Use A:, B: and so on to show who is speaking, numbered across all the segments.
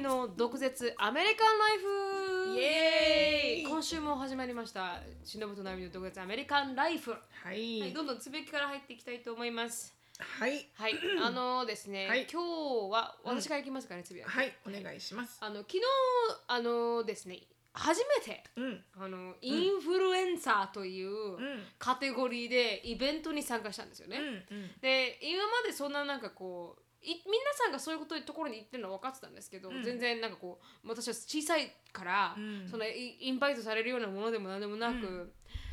A: の毒舌アメリカンライフ
B: イエーイ
A: 今週も始まりましたしのぶとなみの毒舌アメリカンライフ、は、
B: はいい
A: どんどんつべきから入っていきたいと思います
B: はい
A: はいあのですね、
B: はい
A: 今日は私からいきますかねつぶやき、
B: はいお願いします
A: あの昨日あのですね初めて
B: うんうん
A: あのインフルエンサーというカテゴリーでイベントに参加したんですよね、
B: うん
A: で今までそんななんかこうい皆さんがそういうことところに行ってるのは分かってたんですけど、
B: うん
A: 全然なんかこう私は小さいから、
B: うん
A: そのイインバイトされるようなものでも何でもなく、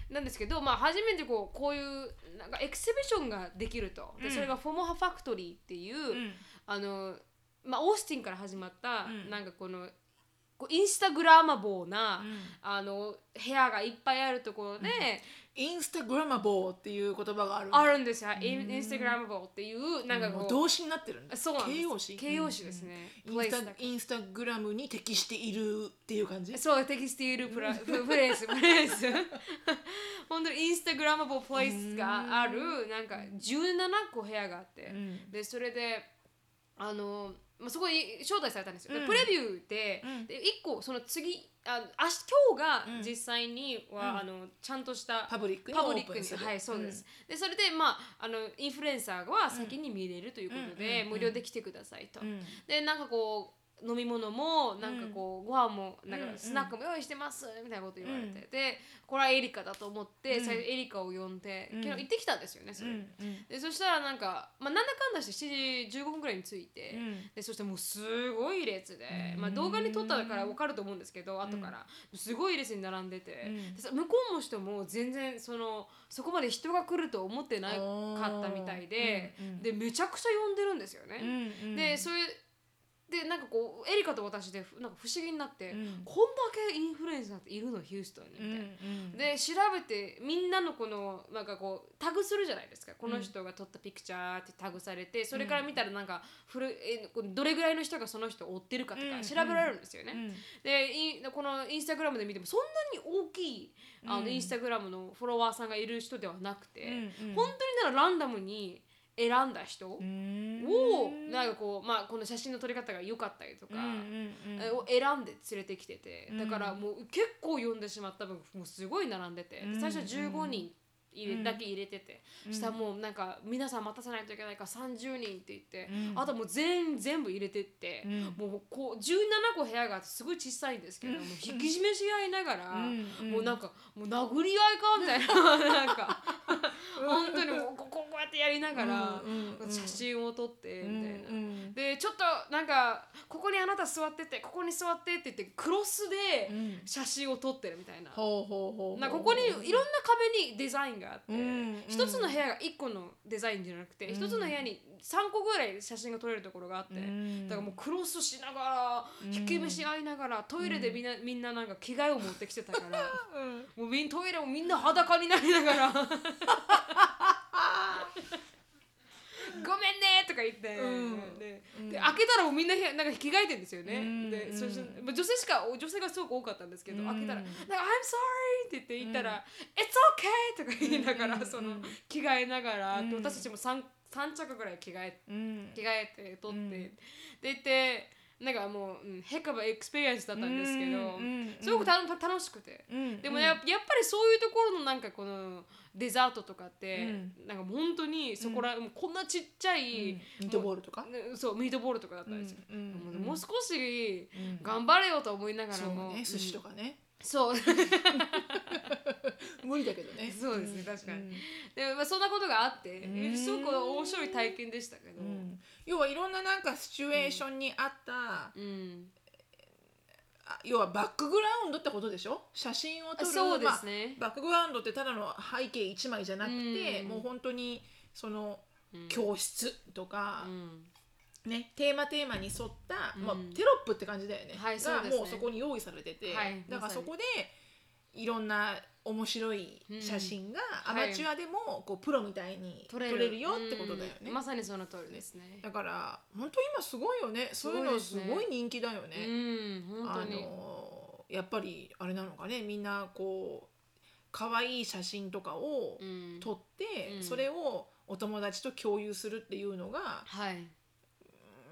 B: う
A: なんですけど、まあ、初めてこうこういうなんかエキシビションができるとで
B: うん
A: それがフォモハファクトリーっていう、
B: うん
A: あのまあ、オースティンから始まった、
B: うん
A: なんかこのこうインスタグラマボーな、
B: うん
A: あの部屋がいっぱいあるところで、
B: インスタグラマボーっていう言葉がある
A: あるんですよ、インインスタグラマボーっていうなんかこう、
B: もう動詞になってるんだ
A: そうなんです
B: 形容詞
A: 形容詞ですね、
B: うんうんイン
A: place だか
B: スタ
A: ら
B: インスタグラムに適しているっていう感じ
A: そうテキスティールプラププレイスプレイス本当にインスタグラマボープレイスがあるなんか17個部屋があって、
B: ん
A: でそれであの、まあ、そこに招待されたんですよ、で
B: うん
A: プレビューで,、
B: うん
A: で1個その次あ明日今日が実際には、あのちゃんとした
B: パブリックに
A: パブ
B: オ
A: リッ
B: ー
A: ク
B: プンす
A: に
B: る
A: はいそうです、でそれでまああのインフルエンサーは先に見れるということ
B: うんうん
A: で、
B: うんうん
A: 無料で来てくださいと、
B: うん
A: でなんかこう飲み物もなんかこう、ご飯もなんか
B: うんうん
A: スナックも用意してますみたいなこと言われて、
B: うん
A: でこれはエリカだと思って、
B: うん
A: 最初エリカを呼んで
B: うん
A: 昨日行ってきたんですよねそれ、でそしたらなんか、まあ、なんだかんだして7時15分ぐらいに着いて、
B: うん
A: でそしてもうすごい列で、
B: うん
A: まあ、動画に撮ったから分かると思うんですけど後から、すごい列に並んでて、
B: うん
A: でさ向こうの人も全然そのそこまで人が来ると思ってなかったみたいで、
B: おーうんうん
A: でめちゃくちゃ呼んでるんですよね。
B: うんうん
A: でそれでなんかこうエリカと私でなんか不思議になって、
B: うん
A: こんだけインフルエンサーっているのヒューストンにみたいな。
B: うんうん
A: で調べてみんなのこのなんかこうタグするじゃないですかこの人が撮ったピクチャーってタグされてそれから見たらなんか古いえこうどれぐらいの人がその人を追ってるかと
B: う
A: か
B: ん
A: 調べられるんですよね。
B: うん
A: でインこのインスタグラムで見てもそんなに大きいあ
B: う
A: の
B: ん
A: インスタグラムのフォロワーさんがいる人ではなくて、
B: うんうん
A: 本当にならランダムに選んだ人を、
B: うん
A: なんかこう、まあ、この写真の撮り方が良かったりとか。
B: うんうんうん
A: を選んで連れてきてて
B: うん
A: だからもう結構読んでしまった分もうすごい並んでて
B: うん
A: 最初は15人入れ
B: うん
A: だけ入れてて
B: うん
A: したらもうなんか皆さん待たせないといけないから30人って言って
B: うん
A: あともう全全部入れてって
B: うん
A: もうこう17個部屋があってすごい小さいんですけどもう引き締めし合いながら
B: うんうん
A: もうなんかもう殴り合いかみたいななんか本当にもうこここうやってやりながら
B: うんうんうん
A: 写真を撮ってみたいな
B: うん。うん
A: でちょっとなんかここにあなた座っててここに座ってって言ってクロスで
B: うん
A: 写真を撮ってるみたいな,、
B: ほうほうほう
A: なんかここにいろんな壁にデザインがあって、
B: うん
A: 一つの部屋が一個のデザインじゃなくて、
B: うん
A: 一つの部屋に3個ぐらい写真が撮れるところがあって、だからもうクロスしながら
B: うん
A: 引き飯合いながらトイレでみんなみんななんか着替えを持ってきてたから
B: うん
A: もうみんトイレもみんな裸になりなが らごめんねとか言って、
B: うん
A: で
B: うん
A: で開けたらもうみんな部屋なんか着替えてんですよね、
B: うん
A: でそして
B: う
A: まあ女性しか女性がすごく多かったんですけど、
B: うん
A: 開けたら「なんか I'm sorry」って言って言ったら「It's okay」とか言いながら、
B: うん
A: そうの
B: ん
A: 着替えながら、で
B: うん
A: 私たちも 3, 三着ぐらい着替え
B: うん
A: 着替えて撮って、
B: うん
A: で言ってなんかもう、うん、ヘカバエクスペリエンスだったんですけど、
B: うんうん
A: すごくたの楽しくて。
B: うん
A: でもや,、やっぱりそういうところのなんかこのデザートとかって、
B: う
A: なんか本当にそこら、もうこんなちっちゃい、
B: うんミートボールとか
A: ねそうミートボールとかだったんですよ、
B: うんうん
A: もうもう少し
B: うん
A: 頑張れよと思いながら
B: そう
A: も、
B: ね寿司と
A: か、
B: かね
A: そう
B: 無理だけどね
A: そうですね確かに
B: うん
A: で、まあ、そんなことがあって、
B: うん
A: すごく面白い体験でしたけど、
B: う
A: うん
B: ん要はいろんななんかシチュエーションに合ったあ要はバックグラウンドってことでしょ写真を撮
A: あ
B: る
A: そうで
B: まあ
A: すね、
B: バックグラウンドってただの背景一枚じゃなくて、
A: うん
B: もう本当にその
A: うん
B: 教室とか
A: う、ん
B: ね、テーマテーマに沿った、
A: うん
B: まあ、テロップって感じだよね,、
A: はい
B: が
A: そうですね
B: もうそこに用意されてて、
A: はい
B: だか
A: ま
B: ら
A: さ
B: そ
A: に
B: こでいろんな面白い写真が、
A: うんはい
B: アマチュアでもこうプロみたいに撮れるよってことだよ
A: う
B: ね。
A: んまさにその通りですね
B: だから本当今すごいよねそういうの
A: す
B: す
A: ごいですね
B: ごい人気だよね。
A: うん本当
B: あ
A: に
B: のやっぱりあれなのかねみんなこう可愛い写真とかを
A: うん
B: 撮って、
A: うん
B: それをお友達と共有するっていうのが
A: はい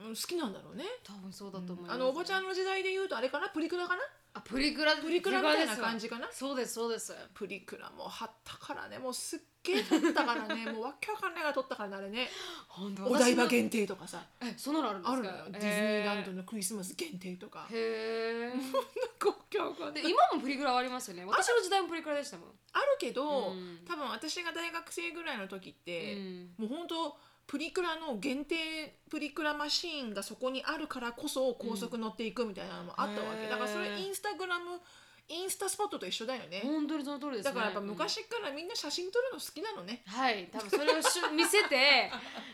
B: うん好きなんだろうね
A: 多分そうだと思います、
B: あのおばちゃん
A: ん
B: の時代で言うとあれかなプリクラかな
A: あプリクラ
B: プリクラみたいな感
A: じ
B: じかな
A: そうですそうです
B: プリクラも貼ったからねもうすっげえ撮ったから ねもうわけわかんないが撮ったからねあれね
A: 本当
B: お台場
A: 私の
B: 限定とかさ
A: えそんなのあるんで
B: あ
A: す
B: るの
A: か
B: よディズニーランド
A: へ
B: のクリスマス限定 とか
A: え
B: なんかわけわかんない
A: で今もプリクラはありますよね私の時代もプリクラでしたもん
B: あるけど、
A: うん
B: 多分私が大学生ぐらいの時って、
A: うん
B: もう本当プリクラの限定プリクラマシーンがそこにあるからこそ高速乗っていくみたいなのもあったわけ、
A: へー
B: だからそれインスタグラムインスタスポットと一緒だよね、
A: 本当にその通りですね
B: だからやっぱ昔からみんな写真撮るの好きなのね、
A: はい多分それをしゅ見せ て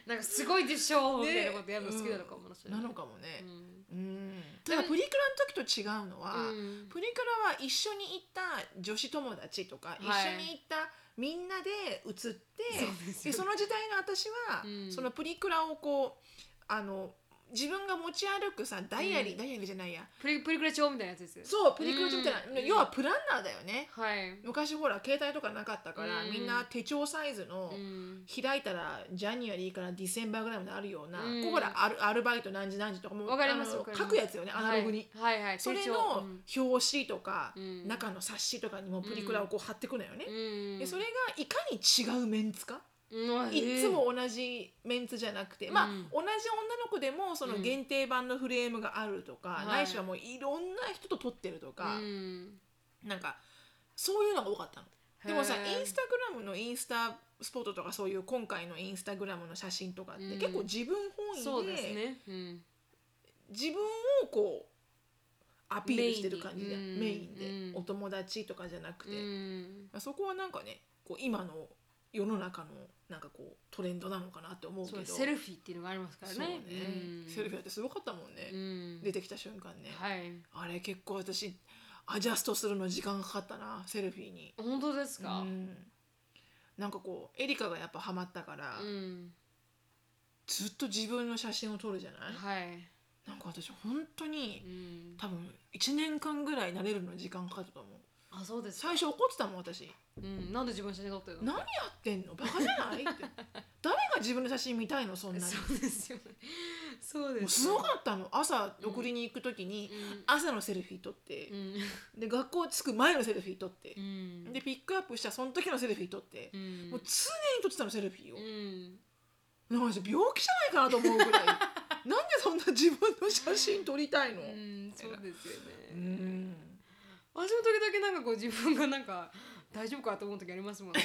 A: なんかすごいでしょうみ
B: ね
A: たいなことやるの好きなのかもしれな、
B: ないのかもね
A: うん
B: うん、ただプリクラの時と違うのは、
A: うん
B: プリクラは一緒に行った女子友達とか、
A: はい
B: 一緒に行ったみんなで写って
A: そうです
B: で
A: よ
B: その時代の私は、
A: うん
B: そのプリクラをこうあの自分が持ち歩くさダイアリー、
A: うん
B: ダイアリーじゃないや
A: プリプリクラ帳みたいなやつです
B: そうプリクラみたいな、
A: うん
B: 要はプランナーだよね
A: はい、
B: 昔ほら携帯とかなかったから、
A: うん
B: みんな手帳サイズの、
A: うん
B: 開いたらジャニュアリーからディセンバーぐらいまであるような、
A: うん
B: ここからアルアルバイト何時何時とかもう
A: わかります
B: あの
A: わかります
B: 書くやつよねアナログに、
A: はいはいはい
B: それ
A: 手帳
B: の
A: うん
B: 表紙とか、
A: うん
B: 中の冊子とかにもプリクラをこう貼ってくのよね、
A: うん
B: でそれがいかに違うメンツか、
A: うん
B: いつも同じメンツじゃなくて、まあ
A: う
B: 同
A: ん
B: じ女の子でもその限定版のフレームがあるとか、
A: うん
B: ないしはもういろんな人と撮ってるとか
A: う、ん
B: なんかそういうのが多かったの。でもさ
A: へー
B: インスタグラムのインスタスポットとかそういう今回のインスタグラムの写真とかって
A: うん
B: 結構自分
A: そ
B: 本
A: う
B: 位で
A: ですね、うん、
B: 自分をこうアピールしてる感じでメ
A: メイン
B: イン
A: に
B: で、
A: うん
B: お友達とかじゃなくて、
A: うん
B: まあ、そこはなんかねこう今の世の中のなんかこうトレンドなのかなって思うけ
A: そう
B: ど
A: セルフィーっていうのがありますからね
B: そうね
A: うん、
B: セルフ
A: ィ
B: ィーってすごかったもんね、
A: うん、
B: 出てきた瞬間ね、
A: はい
B: あれ結構私アジャストするの時間かかったなセルフィーに。
A: 本当ですか、
B: うんなんかこうエリカがやっぱハマったから、
A: うん
B: ずっと自分の写真を撮るじゃない、
A: はい、
B: なんか私本当
A: う
B: に
A: ん、
B: 多分1年間ぐらい慣れるの時間かかったと思う
A: あそうですか
B: 最初怒ってたもん私
A: うん、なんで自分の写真撮ってるの
B: 何やってんのバカじゃないって 誰が自分の写真見たいのそんなに
A: そうですよねそう
B: も
A: で
B: う
A: す
B: す
A: よ
B: ごかったの朝送りに行く時に、朝のセルフィー撮って
A: う、ん
B: で学校着く前のセルフィー撮って
A: う、ん
B: でピックアップしたその時のセルフィー撮って
A: う、ん
B: もう常に撮ってたのセルフィーを、
A: うん
B: なんか病気じゃないかなと思う ぐらいなんでそんな自分の写真撮りたいの、
A: うんそうですよ
B: う
A: ね
B: ん
A: 私も時々なんかこう自分がなんか大丈夫かと思う時ありますもんね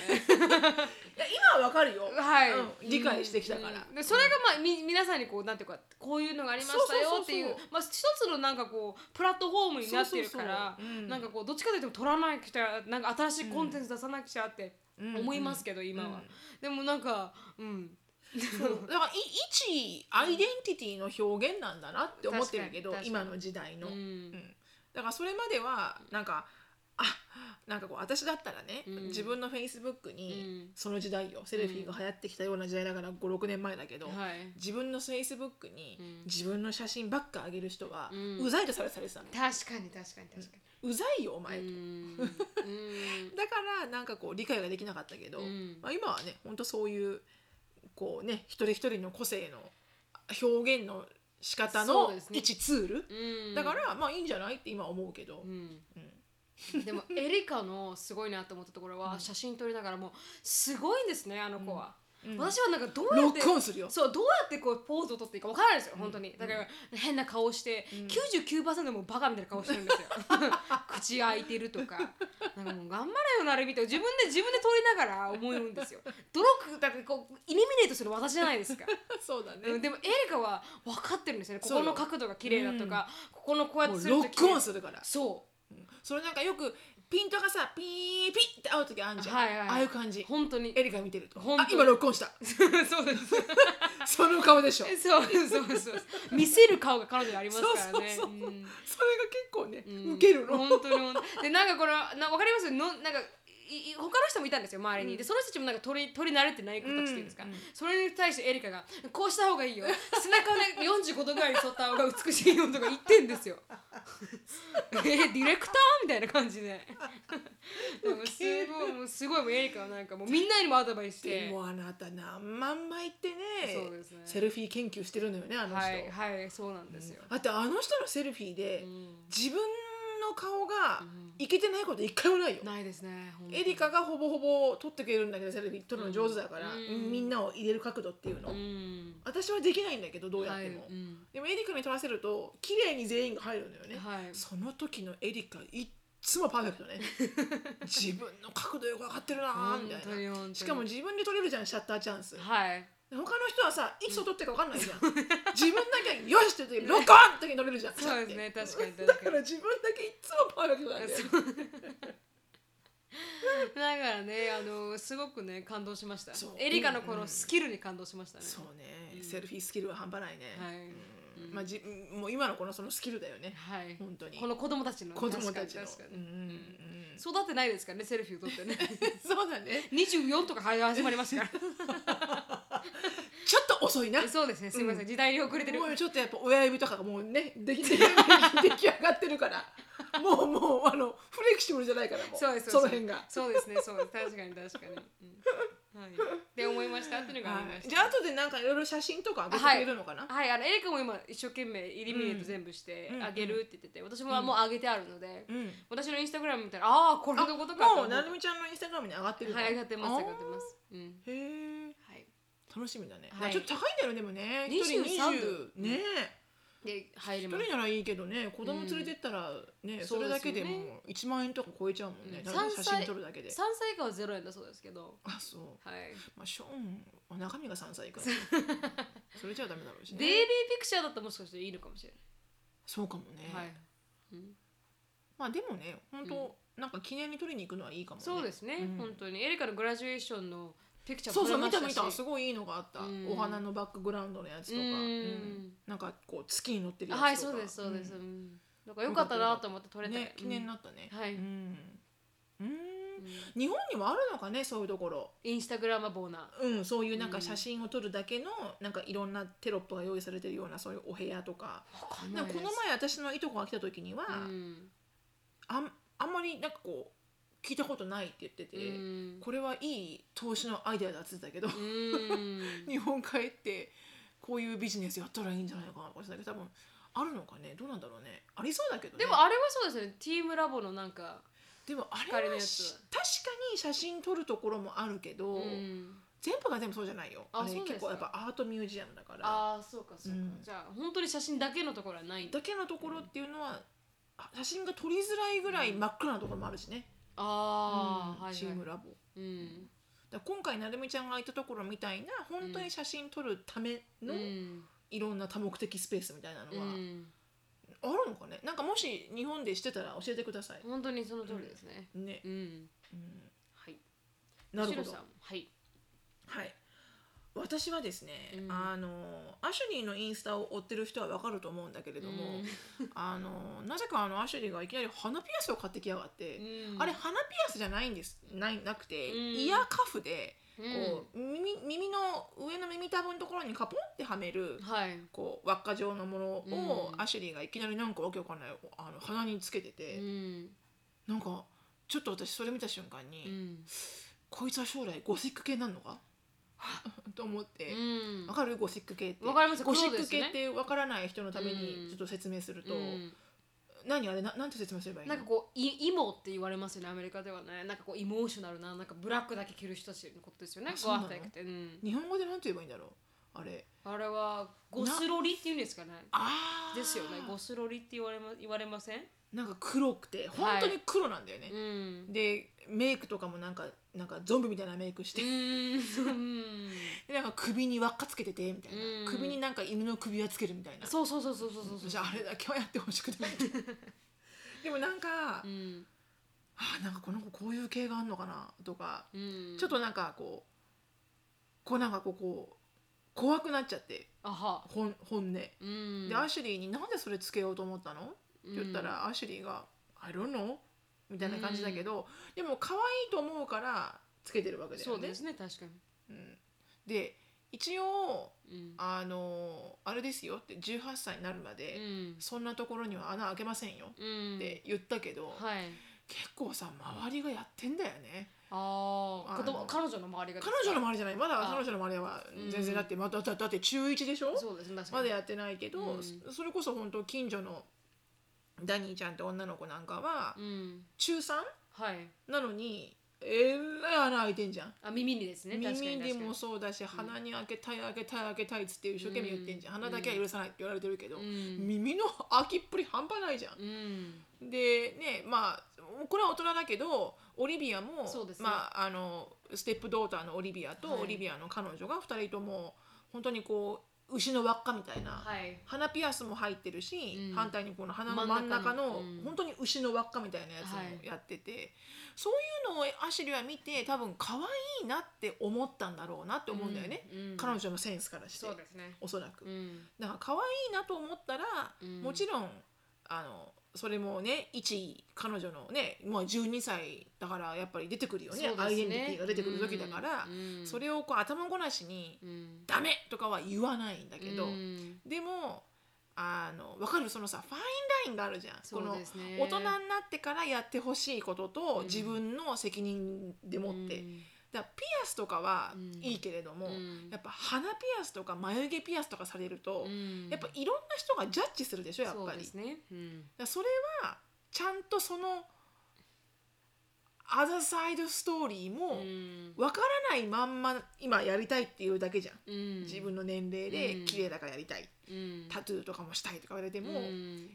B: 今はわかるよ、
A: はい、
B: うん理解してきたから
A: うんでそれがまあみ皆さんにこうなんていうかこういうのがありましたよっていう
B: そうそうそう
A: まあ一つのなんかこうプラットフォームになってるから
B: そうそうそううん
A: なんかこうどっちかというと取らなきゃなんか新しいコンテンツ出さなくちゃって
B: うん
A: 思いますけど、今は、でもなんかうん
B: そうだからい一アイデンティティの表現なんだなって思ってるけど
A: 確かに確か
B: 今
A: に
B: の時代の、
A: う
B: うんんだからそれまではなんかあなんかこう私だったらね、
A: うん
B: 自分のフェイスブックに、
A: うん
B: その時代よセルフィーが流行ってきたような時代だから56年前だけど、
A: はい
B: 自分のフェイスブックに
A: うん
B: 自分の写真ばっか上げる人は、
A: うん
B: うざいとされてたりさ
A: 確かに確かに確か
B: うざいよお前、
A: にう
B: と
A: ん
B: だからなんかこう理解ができなかったけど、
A: うん
B: まあ、今はね本当そういうこうね一人一人の個性の表現の仕方
A: そ
B: の
A: うですね
B: 一ツール、
A: うん
B: だからまあいいんじゃないって今思うけど、
A: うん
B: うん
A: でもエリカのすごいなと思ったところは写真撮りながらもうすごいんですねあの子は、
B: うん
A: 私はなんかどうや
B: ロ
A: っ
B: ッ
A: て
B: クオンするよ
A: そうどうやってこうポーズを取っていいかわからないですよ本当にだから変な顔して、99%もうバカみたいな顔してるん ですよ口開いてるとかなんかもう頑張れよなるみたいな自分で自分で撮りながら思うんですよ努力だってこうイルミネートする私じゃないですか
B: そうだ
A: うん
B: ね、
A: でもエリカは分かってるんですよねこ
B: そう
A: こ
B: よ
A: の角度が綺麗だとか、ここのこうやっ
B: も
A: て
B: う
A: する
B: ロ
A: と
B: ッ
A: 綺麗
B: クオンするから
A: そ
B: それなんかよくピントがさピーピッって合う時あるじゃん、
A: はいはい
B: ああいう感じ
A: う本当に
B: エリカ見てると
A: 本当
B: あ今ロックオンした
A: そうです
B: その顔でしょ
A: そうそうそうそう見せる顔が彼女にありますからね
B: そうそうそう
A: うん
B: それが結構ね、
A: うん
B: ウケるの
A: 本当に本当にでなんかこのなわかりますのなんかいい他の人もいたんですよ周りに、でその人たちもなんか取り取り慣れてない子たちっていうんですか、
B: うんうん
A: それに対してエリカが「こうした方がいいよ背中をね45度ぐらいに沿った方が美しいよ」とか言ってんですよ えディレクターみたいな感じででもすごいもううんすごいもうエリカはなんかもうみんなにもアドバイスして
B: でもあなた何万枚ってね
A: そうですね
B: セルフィー研究してるのよねあの人、
A: はいはいそうなんですよ、
B: だってあの人のセルフィーで、
A: うん
B: 自分の顔が
A: うん
B: いけてないこと一回もないよ、
A: ないですねほんとに
B: エリカがほぼほぼ撮ってくれるんだけどセルフィー撮るの上手だから、
A: うん
B: みんなを入れる角度っていうの、
A: うん
B: 私はできないんだけどどうやっても、
A: はいうん
B: でもエリカに撮らせると綺麗に全員が入るのよね、
A: はい
B: その時のエリカいっつもパーフェクト ね自分の角度よく分かってるなーみた
A: 本当
B: い
A: に
B: な
A: 本当に
B: しかも自分で撮れるじゃんシャッターチャンス
A: はい
B: 他の人はさいつ撮ってるか分かんないじゃん自分だけよしって言って録音って時に撮れるじゃん
A: そうですね
B: シャッて
A: 確かに確かに
B: だから自分だけいつもパーフェクトなんだ よ
A: そうだからねあのすごくね感動しました
B: そう
A: エリカのこのスキルに感動しましたね、
B: そうね、
A: うん
B: セルフィースキルは半端ないね、
A: はい
B: うん
A: うん
B: まあ、じもう今のこのそのスキルだよね
A: はい
B: 本当に
A: この子供たちの
B: 子供たち
A: 確か
B: の
A: に確か
B: うん
A: に
B: うん うん
A: 育ってないですからねセルフィーを取ってね
B: そうだね
A: 24とか始まりますか
B: ちょっと遅いな
A: らそうですねすみません、時代に遅れてる
B: もうちょっとやっぱ親指とかがもうねでき 出来上がってるからもうもうあのフレキシブルじゃないからもう
A: そうです
B: そうの
A: です
B: 辺が。
A: そうですねそうです確かに確かに、うんはい、で思いましたっていうのがありま
B: はい
A: した
B: じゃあ後でなんかいろいろ写真とか上げてくれるのかな、
A: はい、あのエリカも今一生懸命イリミネート全部して
B: うん
A: あげるって言ってて、私ももうあげてあるので、
B: うん
A: 私のインスタグラム見たらああこれ
B: あ
A: のことかと
B: も
A: 思
B: う
A: っ
B: なるみちゃんのインスタグラムに上がってるの
A: はい上がってます
B: あー
A: 上がってますうん
B: へえ
A: はい
B: 楽しみだね、
A: はい
B: ちょっと高いんだよねでもね一人
A: 23
B: 20ね
A: で入
B: 一
A: ります
B: 人ならいいけどね子供連れてったらね、それだけで
A: そうです
B: もう1万円とか超えちゃうもんね、
A: うん
B: だから
A: 三
B: 写
A: 歳
B: 真撮るだけで
A: 3歳以下は0円だそうですけど
B: あそう
A: はい
B: まあ、ショーンは中身が3歳い くらそれじゃダメだろうし、
A: ベイビー
B: ね、
A: ピクチャーだったらもしかしていいのかもしれ
B: そうかもね、
A: ない、はいうん
B: まあでもね本当、なんか記念に取りに行くのはいいかもね
A: そうですね、
B: うん
A: 本当にエリカのグラジュエーションのピクチャー
B: そうそう
A: 撮れ
B: 見
A: ましたし
B: 見たすごいいいのがあった、
A: うん
B: お花のバックグラウンドのやつとか、
A: うん
B: うんなんかこう月に乗ってるやつとか
A: はいそうですそうです、うんん、だからよかったなと思って撮れた
B: ね記念に
A: の、
B: なったね、
A: はい
B: うんうん
A: うん
B: 日本にもあるのかねそういうところ
A: インスタグラマボーナー
B: うんそういうなんか写真を撮るだけの、なんかいろんなテロップが用意されてるようなそういうお部屋とか
A: わかんな
B: ないんかこの前私のいとこが来た時には、
A: うん
B: あんあんまりなんかこう聞いたことないって言ってて、
A: うん
B: これはいい投資のアイデアだっつってたけど、
A: うん
B: 日本帰ってこういうビジネスやったらいいんじゃないかなとかだけど多分あるのかねどうなんだろうねありそうだけど、ね、
A: でもあれはそうですよねティームラボのなんか、
B: でもあれ
A: 光の
B: は
A: や
B: し
A: つ
B: 確かに写真撮るところもあるけど、
A: うん、
B: 全部が全部そうじゃないよ
A: あ
B: あれ
A: そうですか
B: 結構やっぱアートミュージアムだから
A: ああそうかそうか、
B: うん
A: じゃあ本当に写真だけのところはないんだ
B: だけのところっていうのはあ写真が撮りづらいぐらい真っ暗なところもあるしね、
A: ああ、
B: うん
A: はいはい
B: チームラボ
A: うん
B: だから今回なるみちゃんが行ったところみたいな本当に写真撮るため
A: う
B: の
A: ん
B: いろんな多目的スペースみたいなの
A: う
B: は
A: ん、
B: あるのかねなんかもし日本でしてたら教えてください
A: 本当にその通りですね
B: ね、
A: うん、
B: うん、
A: はい
B: なるほ
A: シ
B: ど
A: ロさんはい
B: はい私はですね、
A: うん
B: あのアシュリーのインスタを追ってる人はわかると思うんだけれども、あのなぜかあのアシュリーがいきなり鼻ピアスを買ってきやがって、
A: うん
B: あれ鼻ピアスじゃないんですないなくて、
A: うん
B: イヤーカフで
A: う
B: こう、耳耳の上の耳たぶのところにカポンってはめる
A: ん、はい
B: こう輪っか状のものを、
A: うん
B: アシュリーがいきなりなんかわけわかんないあの鼻につけてて、
A: うん
B: なんかちょっと私それ見た瞬間に、
A: うん
B: こいつは将来ゴシック系になるのか と思って、
A: うん
B: わかるゴシック系って
A: わかりますよ
B: ゴシッ
A: 黒で
B: ク
A: すね
B: 系ってわからない人のため
A: う
B: に
A: ん
B: ちょっと説明すると、
A: うん
B: 何あれななんて説明すればいいの
A: なんかこういイモって言われますよねアメリカではねなんかこうイモーショナルななんかブラックだけ着る人たちのことですよね
B: あ
A: ゴ
B: そう
A: ア
B: なの
A: フテクって、うん、
B: 日本語でなんて言えばいいんだろうあれ
A: あれはゴスロリっていうんですかね
B: あー
A: ですよねゴスロリって言われま言われません
B: なんか黒くて本当に黒なんだよね、
A: うん
B: でメイクとかもなんかなんかゾンビみたいなメイクして
A: う、ーん
B: でなんか首に輪っかつけててみたいな、
A: うん
B: 首になんか犬の首輪つけるみたいな
A: そうそうそうそうそうそう
B: じゃああれだけはやってほしく てでもなんか、
A: うん
B: あなんかこの子こういう系があるのかなとか、
A: うん
B: ちょっとなんかこうこうなんかこうこう怖くなっちゃって
A: あは
B: 本本音、で
A: うん
B: アシュリーに「なんでそれつけようと思ったの?」って言ったら、アシュリーが「I don't know」みたいな感じだけど、でも可愛いと思うからつけてるわけだ
A: そ
B: よ
A: う
B: ね
A: で。すね確か
B: うんで一応
A: にうん
B: あのあれですよって18歳になるまで、
A: うん
B: そんなところには穴開けませんよ
A: うん
B: って言ったけど、
A: はい
B: 結構さ周りがやってんだよね
A: ああ
B: あの
A: 彼女の周りがですか
B: 彼女の周りじゃないまだ
A: あ
B: 彼女の周りは全
A: うん
B: 然だって、まだだだって中1でしょ
A: そうです確か
B: まだ
A: に
B: やってないけど、
A: うん
B: そそれこそ本当近所のダニーちゃんって女の子なんかは
A: うん
B: 中3
A: はい
B: なのにえらい穴開いてんじゃん。
A: あ耳にですね確かに
B: 耳
A: 確
B: に
A: かに
B: もそうだし鼻に開けたい開けたい開けたいっつって一生懸命言ってんじゃん
A: うん
B: 鼻だけは許さないって言われてるけど
A: うん
B: 耳の開きっぷり半端ないじゃん。
A: うん
B: でねまあこれは大人だけどオリビアも、
A: そうですね
B: まあ、あのステップドーターのオリビアと
A: はい
B: オリビアの彼女が2人とも本当にこう牛の輪っかみたいな、
A: はい
B: 鼻ピアスも入ってるし、
A: うん
B: 反対にこの鼻の真ん中
A: 真ん中の
B: の
A: うん
B: 本当に牛の輪っかみたいなやつ
A: はい
B: もやってて、そういうのをアシュリーは見て多分可愛いなって思ったんだろうなって思うんだよね、
A: うんうん
B: 彼女のセンスからして
A: そうですね
B: おそらく。
A: うん
B: だから可愛いなと思ったら、
A: うん
B: もちろんあのそれもね一彼女のねもう12歳だからやっぱり出てくるよね
A: そうです
B: アイデンティティが出てくる時だから
A: う、んうん
B: それをこう頭ごなしに
A: うん
B: 「ダメ!」とかは言わないんだけど、
A: うん
B: でもあの分かるそのさファインラインがあるじゃん。こ
A: そ
B: の
A: うですね
B: 大人になってからやってほしいことと、
A: うん
B: 自分の責任でもって、
A: うん
B: だからピアスとかは
A: うん
B: いいけれども、
A: うん
B: やっぱ鼻ピアスとか眉毛ピアスとかされると、
A: うん
B: やっぱいろんな人がジャッジするでしょやっ
A: そう
B: ぱ
A: で
B: り
A: すねうん
B: そ,、それはちゃんとそのアザサイドストーリーも
A: うん
B: わからないまんま今やりたいっていうだけじゃん、
A: うん
B: 自分の年齢で
A: うん
B: 綺麗だからやりたい、
A: うん
B: タトゥーとかもしたいとか言われても、
A: うん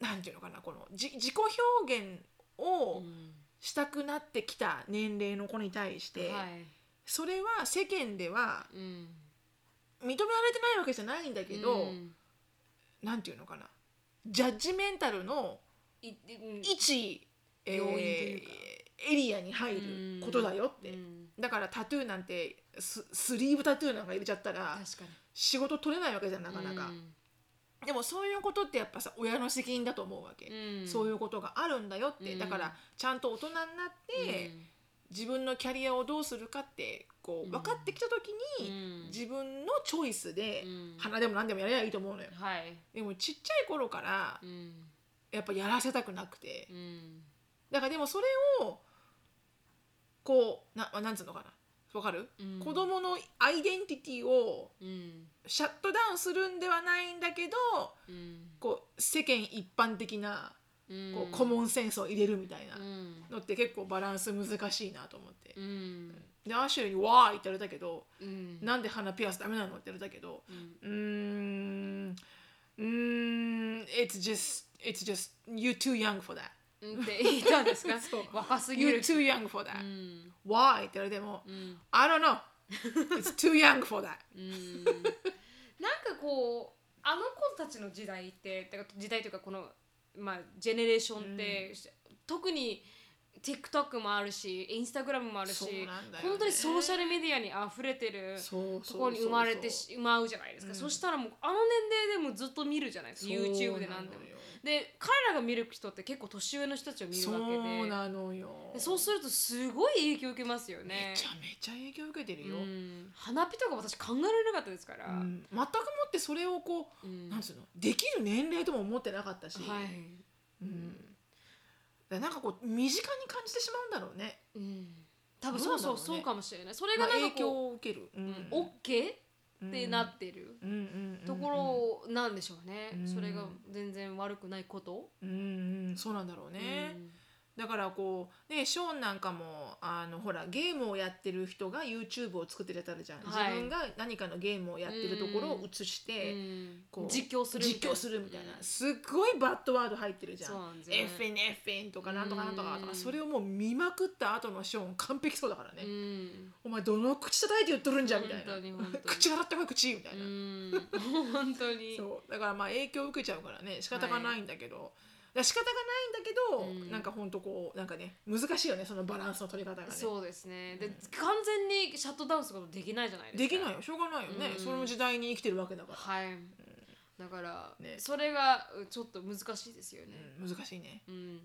B: なんていうのかなこのじ自己表現
A: う
B: を
A: ん
B: したくなってきた年齢の子に対して、
A: はい
B: それは世間では
A: うん
B: 認められてないわけじゃないんだけど、
A: うん
B: なんていうのかなジャッジメンタルの
A: いうん
B: 一、えー
A: 要因というか
B: エリアに入ることだよって、
A: うん
B: だからタトゥーなんてススリーブタトゥーなんか入れちゃったら
A: 確かに
B: 仕事取れないわけじゃんなかなか、
A: うん
B: でもそういうことってやっぱさ親の責任だと思うわけ、
A: うん
B: そういうことがあるんだよって、
A: うん
B: だからちゃんと大人になって、自分のキャリアをどうするかってこ
A: う
B: うん分かってきた時
A: うんう
B: に、
A: ん
B: 自分のチョイスで、
A: うん
B: 花でも何でもやればいいと思うのよ
A: はい
B: でもちっちゃい頃から
A: うん
B: やっぱやらせたくなくて、
A: うん
B: だからでもそれをこうななんつうのかなわかる、
A: うん
B: 子供のアイデンティティを
A: うん
B: シャットダウンするんではないんだけど
A: うん
B: こう世間一般的な
A: うん
B: こうコモンセンスを入れるみたいな
A: うん
B: のって結構バランス難しいなと思って
A: う。ん
B: でアシュリーに「わーい!」って言われたけど
A: うん
B: 「なんで鼻ピアスダメなの?」って言われたけど
A: うん
B: うーんうーん it's just it's just you too young for that
A: うんって言ったんですか若すぎ
B: you
A: る
B: too young for
A: う
B: that、
A: ん
B: why って言われても
A: うん
B: I don't know. It's too young for that.
A: うんなんかこうあの子たちの時代ってだから時代というかこの、まあ、ジェネレーションって、特に TikTok もあるし Instagram もあるし、
B: そうなんだよね
A: 本当にソーシャルメディアにあふれてる
B: そう
A: ところに生まれてしまうじゃないですか、
B: うん
A: そしたらもうあの年齢でもずっと見るじゃないですか YouTube で何でも。で彼らが見る人って結構年上の人たちを見る
B: そ
A: わけで
B: うなのよ。
A: でそうするとすごい影響を受けますよね
B: めちゃめちゃ影響受けてる
A: う
B: よ。うん
A: ん花火とか私考えられなかったですから、
B: 全くもってそれをこ
A: う
B: うんなんつうのできる年齢とも思ってなかったし、
A: はい、
B: うん。だからなんかこう身近に感じてしまうんだろうね。
A: うん、多分そうそう
B: どうなんだろうね
A: そうかもしれないそれ
B: ま
A: が
B: あ
A: なん
B: 影
A: かこ
B: 響を受ける。う
A: う、うんん、OK ってなってる
B: うんうんうん
A: ところなんでしょうね、
B: うん
A: それが全然悪くないこと、
B: うんうんそうなんだろうね。だからこうねショーンなんかもあのほらゲームをやってる人が YouTube を作ってるやつあるじゃん、
A: はい
B: 自分が何かのゲームをやってるところを映し
A: うん
B: て、こう
A: 実況するみたいな
B: 実況するみたいな、すっごいバッドワード入ってるじゃん
A: そうなんですよね
B: エッフェンエッフェンとかなんとかなんとかと
A: う
B: か
A: ん
B: それをもう見まくった後のショーン完璧そうだからね、
A: うん
B: お前どの口叩いて言っとるんじゃんみたい
A: 本当に本当
B: な
A: に
B: 口洗ってこい口みたいな、
A: うん本当に
B: そうだからまあ影響を受けちゃうからね仕方がないんだけど、だから仕方がないんだけど、
A: うん
B: なんかほんとこうなんかね難しいよねそのバランスの取り方がね
A: そうですねで完全にシャットダウンすることできないじゃないです
B: で
A: か
B: きないよしょうがないよね、
A: うん
B: その時代に生きてるわけだから、
A: はい、だから、
B: ね
A: それがうちょっと難しいですよね
B: うん難しいね
A: うん、だ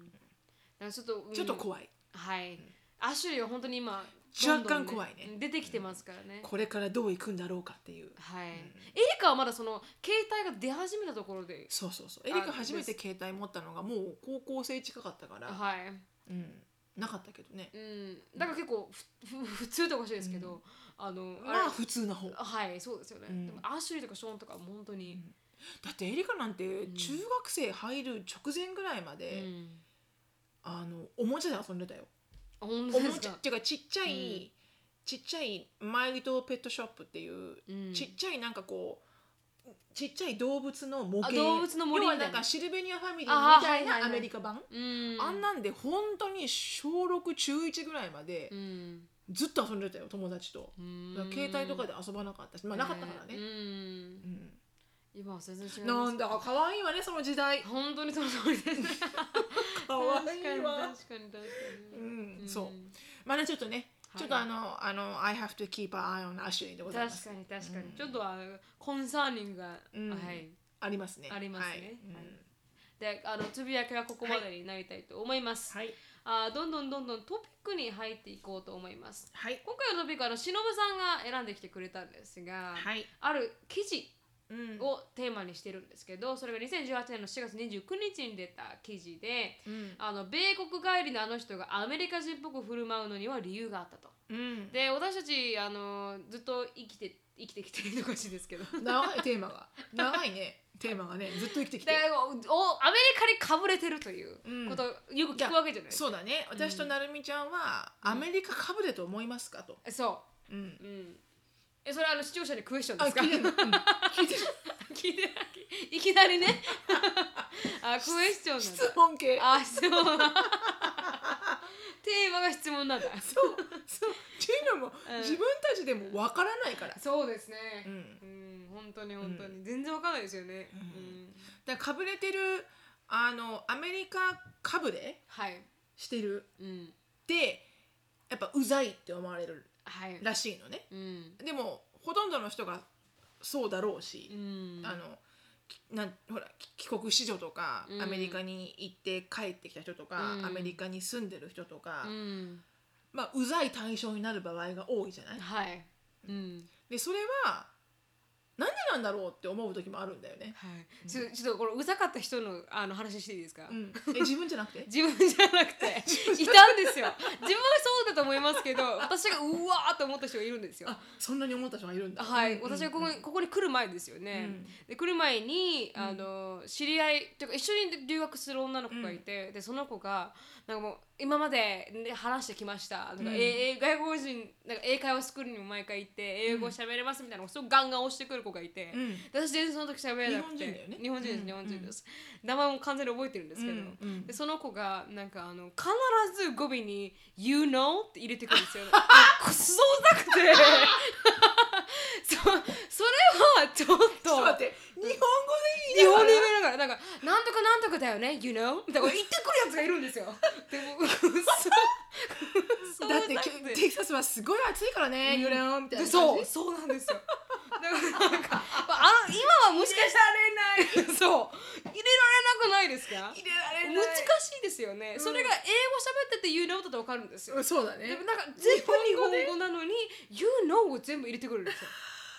A: からちょっと、うん
B: ちょっと怖い、
A: はい、アシュリーは本当に今どん
B: 若
A: どん
B: 干怖いね
A: 出てきてますからね、
B: これからどういくんだろうかっていう
A: はい、
B: ん
A: エリカはまだその携帯が出始めたところで
B: そうそうそうエリカ初めて
A: で
B: 携帯持ったのがもう高校生近かったから、
A: はい
B: うん、なかったけどね
A: うん、だから結構 ふふ普通とかしいですけど、あのあれ、
B: まあ普通な方だ
A: はいそうですよね、
B: うん
A: でもアシュリーとかショーンとかは本当に、
B: ってエリカなんて
A: ん
B: 中学生入る直前ぐらいま
A: う
B: で、
A: ん、
B: あのおもちゃで遊んで たよ
A: あ本
B: お
A: 当で
B: も
A: す
B: ちゃ
A: か
B: っていうかちっちゃい、
A: う
B: ちっちゃいマイリトルペットショップっていう、
A: うん
B: ちっちゃいなんかこうちっちゃい動物の模型
A: あ動物の森
B: 要
A: みた
B: はい
A: な
B: なんかシルベニアファミリーみたい
A: あはいはい
B: な
A: は
B: ア
A: い
B: メリカ版あ,、
A: うん
B: ん、なんで本当に小6中1ぐらいまで
A: うん
B: ずっと遊んでたよ友達と、だから携帯とか
A: で
B: で遊ばなかったしまあなかったからね、
A: うん今は全然違います
B: なんだか可愛いわねその時 代
A: 本当にその通りですね確かに確か
B: 可愛いわう
A: に
B: ん、
A: ん
B: そうまだちょっとね、
A: はい
B: ちょっとあのあの I have to keep an eye on Ashley でございま
A: 確
B: す
A: かに確かに、ちょっとあのコンサーニングが、
B: うん
A: はい
B: ありますね
A: ありますね
B: はい
A: はいであのつぶやきはここまでになりたいと思います、
B: はい
A: あーどんどんどんどんトピックに入っていこうと思います
B: はい
A: 今回のトピックはあのしのぶさんが選んできてくれたんですが、
B: はい
A: ある記事
B: うん
A: をテーマにしてるんですけどそれが2018年の4月29日に出た記事で
B: うん
A: あの米国帰りのあの人がアメリカ人っぽく振る舞うのには理由があったと
B: うん
A: で私たちあのずっと生きて生きてきてるのおかしいです けどだか
B: 長いテーマが長いねテーマがねずっと生きてきて
A: らおおアメリカにかぶれてるということをよく聞くわけじゃないですか、
B: そうだね私となるみちゃんは、アメリカかぶれと思いますかと、
A: そう
B: うん、
A: うんえそれはあの視聴者にクエスチョン
B: あ
A: ですか
B: 聞いてる、うん、聞いてる
A: 聞いてない いきなりねあクエスチョンなんだ
B: 質問系
A: あそうテーマが質問なんだ
B: そうそうっていうのも、
A: うん
B: 自分たちでもわからないから、
A: そうですね
B: うん、
A: うん本当に本当に、全然わかんないですよね、うん
B: だからかぶれてるあのアメリカかぶれ
A: はい
B: してる
A: うん
B: でやっぱうざいって思われる
A: はい
B: らしいのね
A: うん
B: でもほとんどの人がそうだろうし
A: う、ん
B: あのきなんほらき帰国子女とか、
A: うん
B: アメリカに行って帰ってきた人とか、
A: うん
B: アメリカに住んでる人とか、
A: うん
B: まあ、うざい対象になる場合が多いじゃない
A: はいうん
B: でそれはなんでなんだろうって思う時もあるんだよね、
A: はいちょちょっとこれうざかった人のあの話していいですか、
B: うん、え自分じゃな くて
A: 自分じゃなく ていたんですよ自分はそうだと思いますけど私がうわーと思った人がいるんですよ
B: あそんなに思った人がいるんだ
A: はい、
B: うん
A: 私がここにここに来る前ですよね、
B: うん
A: で来る前にあの知り合いというか一緒に留学する女の子がいて、でその子がなんかもう今まで、ね、話してきましたなんか、
B: うん
A: ええ外国人なんか英会話スクールにも毎回行って英語喋れますみたいなのをすごくガンガン押してくる子がいて、
B: うん
A: で私全然その時喋れなくて
B: 日本人だよね
A: 日本人です
B: うん
A: 日本人です、名前も完全に覚えてるんですけど、
B: うんうん
A: でその子がなんかあの必ず語尾に「You know」って入れてくるん ですよくそざくて そそれはちょっ
B: ちょっと
A: と
B: 待って日本語で言
A: 日
B: い
A: 本で言いながら
B: ながら
A: なんか「なんとかなんとかだよね You know」みたいな言ってくるやつがいるんです よでもくそくそ
B: だ
A: ざく
B: ってきテキサスはすごい暑いからね、
A: うん
B: ユレオンみたいな感じ
A: そうそうなんですよだからなん かあ今はもしかしたられない そう入れられなくないですか
B: 入れられない
A: 難しいですよね、
B: ん
A: それが英語喋ってて You know だと分かるんですよ、
B: うんそうだね
A: でもなんか全部日
B: 日本語
A: 本
B: で
A: 語なのに「You know」を全部入れてくるんですよ、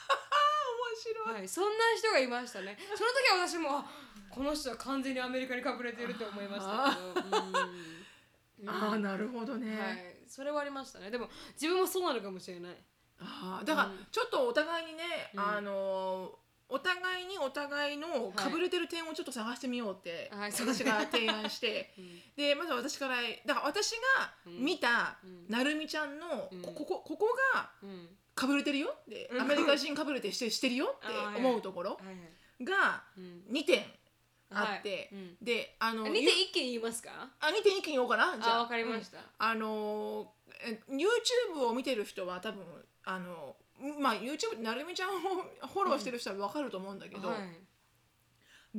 B: あ
A: はい、そんな人がいましたねその時は私もあこの人は完全にアメリカにかぶれてると思いましたけどうん
B: 面白いああなるほどね、
A: はい、それはありましたねでも自分もそうなのかもしれない
B: ああだからちょっとお互いにね、
A: うん
B: あのーお互いにお互いのかぶれてる点をちょっと探してみようって、
A: はいそう
B: 私が提案 して、
A: うん
B: でまず私からだから私が見た
A: うん
B: なるみちゃんの、
A: うん
B: こここここが
A: うん
B: かぶれてるよって、
A: うん
B: アメリカ人かぶれてしてして るよって思うところ
A: はいはい
B: が
A: うん
B: 2点
A: はい
B: あって、
A: うん
B: であの
A: あ二
B: ゆ
A: 点一気に言いますか
B: あ2点一気に言おうかなじゃあ
A: あわかりました、
B: あのえ YouTube を見てる人は多分あのまあ YouTube なるみちゃんをフォローしてる人は分かると思うんだけど「
A: はい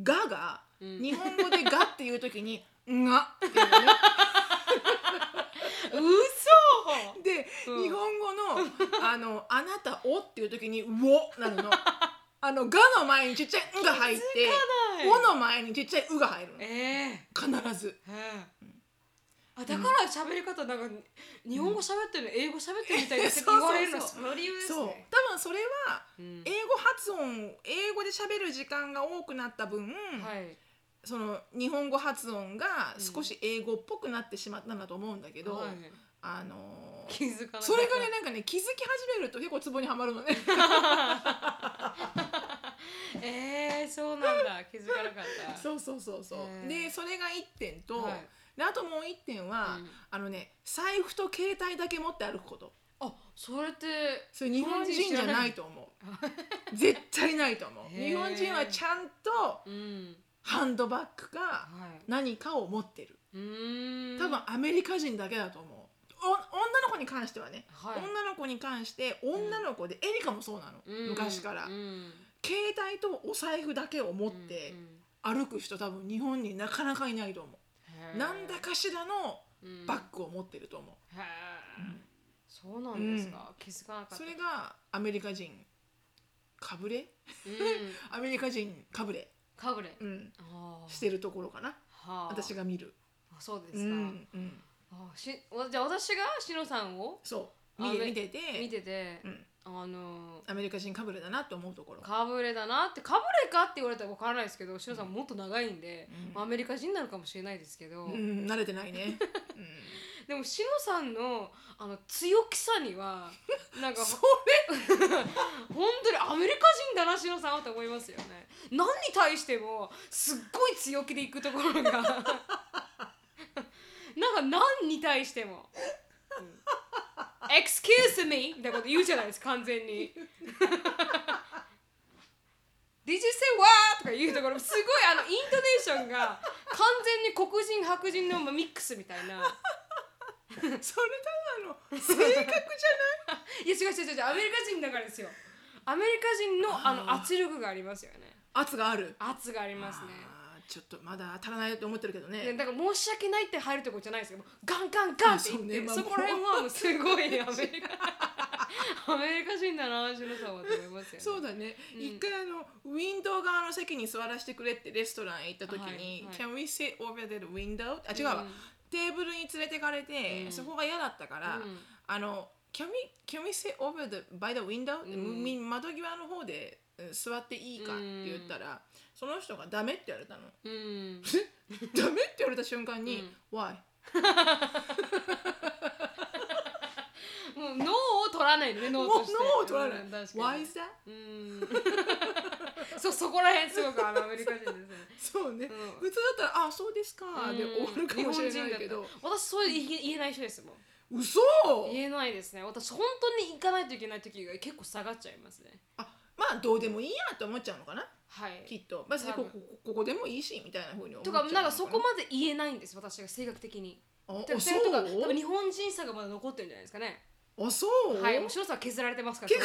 B: が」が
A: うん
B: 日本語で「が」っていう 時に「が」っていうね
A: 嘘
B: で、
A: うん
B: 日本語の「あのあなたを」っていう時に「を」な のの。あの「が」の前にちっちゃい「う」が入って
A: 気づかな
B: 「
A: い
B: お」の前にちっちゃい「う」が入る
A: ええ
B: の必ず。
A: ええあだから喋り方なんか、日本語喋ってるの英語喋ってるみたいなって言われるのは
B: そう
A: その理由です
B: そう
A: ね。
B: 多分それは
A: うん
B: 英語発音英語で喋る時間が多くなった分、
A: はい。
B: その日本語発音が少し英語っぽくなってしまったんだと思うんだけど、
A: はい
B: あのー
A: 気づかなかった
B: それがねなんかね気づき始めると結構ツボにはまるのね
A: えー、そうなんだ気づかなかった。
B: そうそうそうそう、
A: うん
B: でそれが1点と、
A: はい
B: であともう1点は、
A: うん
B: あのね財布と携帯だけ持って歩くこと
A: あそれって
B: それ日本人じゃないと思う 絶対ないと思う
A: へー
B: 日本人はちゃんと
A: うん
B: ハンドバッグか
A: はい。
B: 何かを持ってる
A: うーん
B: 多分アメリカ人だけだと思うお女の子に関してはね、
A: はい
B: 女の子に関して女の子で、エリカもそうなの、
A: うん
B: 昔から、
A: うん
B: 携帯とお財布だけを持って歩く人多分日本になかなかいないと思う、なんだかしらのバッグを持ってると思う、
A: へー
B: うん
A: そうなんですか、気づかなかった
B: それがアメリカ人かぶれ
A: うん
B: アメリカ人かぶれ、
A: かぶれ
B: うん、
A: あー
B: してるところかな
A: はあ
B: 私が見る
A: あそうです
B: う
A: か、
B: んうん
A: あしわじゃあ私がしのさんを
B: そう見て
A: アメ
B: 見てて
A: 見てて
B: う、ん、
A: あの
B: アメリカ人かぶれだなと思うところ
A: かぶれだなってかぶれかって言われたら分からないですけどしのさんもっと長いんで、
B: うん
A: まあアメリカ人なのかもしれないですけど、
B: うん慣れてないね、うん、
A: でもしのさんのあの強気さにはなんか
B: そ
A: 本当にアメリカ人だなしのさんはと思いますよね何に対してもすっごい強気でいくところが なんか何に対しても「うん Excuse me」みたいなこと言うじゃないですか完全に 「Did you say what?」とか言うところすごいあのイントネーションが完全に黒人白人のミックスみたいな。
B: れそれただの性格じゃない
A: いや違う違う違うアメリカ人だからですよアメリカ人のあの圧力がありますよね
B: 圧がある
A: 圧がありますね
B: あーちょっとまだ足らないと思ってるけど
A: いや
B: ね
A: だから申し訳ないって入るとこじゃないですよもうガンガンガンって言ってそ,、
B: あそうねまあ
A: こら辺はもうすごいアメリカ アメリカ人だなシノさんはと思いますよね
B: そうだね、一回あのウィンドウ側の席に座らせてくれってレストランへ行った時
A: は
B: に「
A: いはい
B: Can we sit over the window?」あ違うわ、
A: うん
B: テーブルに連れてかれて、
A: うん
B: そこが嫌だったから、
A: うん
B: あの「Can we, can we sit over the, by the window?、
A: ん
B: み窓際の方でうん座っていいかって言ったら、その人が「ダメ」って言われたの。
A: うん
B: ダメって言われた瞬間に「Why?」
A: もう脳を取らないでね脳
B: もう
A: として
B: 脳を取らない
A: うん
B: 「
A: 確か
B: Why
A: に
B: is
A: う
B: that?」
A: ん そうそこら辺すごくあのアメリカ人ですね
B: そうね、
A: うん
B: 普通だったら「 あそうですか」で終わるかもしれないけ
A: う
B: ど
A: ん日本人だったら私そういう言え言えない人ですもん
B: 嘘
A: 言えないですね私本当に行かないといけない時が結構下がっちゃいますね
B: あまあどうでもいいやと思っちゃうのかな
A: はい
B: きっと別に
A: 多
B: こ
A: 分
B: こここでもいいしみたいなふうに思っち
A: と
B: ゃうの
A: かなんかそこまで言えないんです私が性格的に
B: あ
A: だから
B: あ
A: それとか
B: そう
A: 多分日本人さがまだ残ってるんじゃないですかね
B: あそう、
A: はいもう白さは削られてますから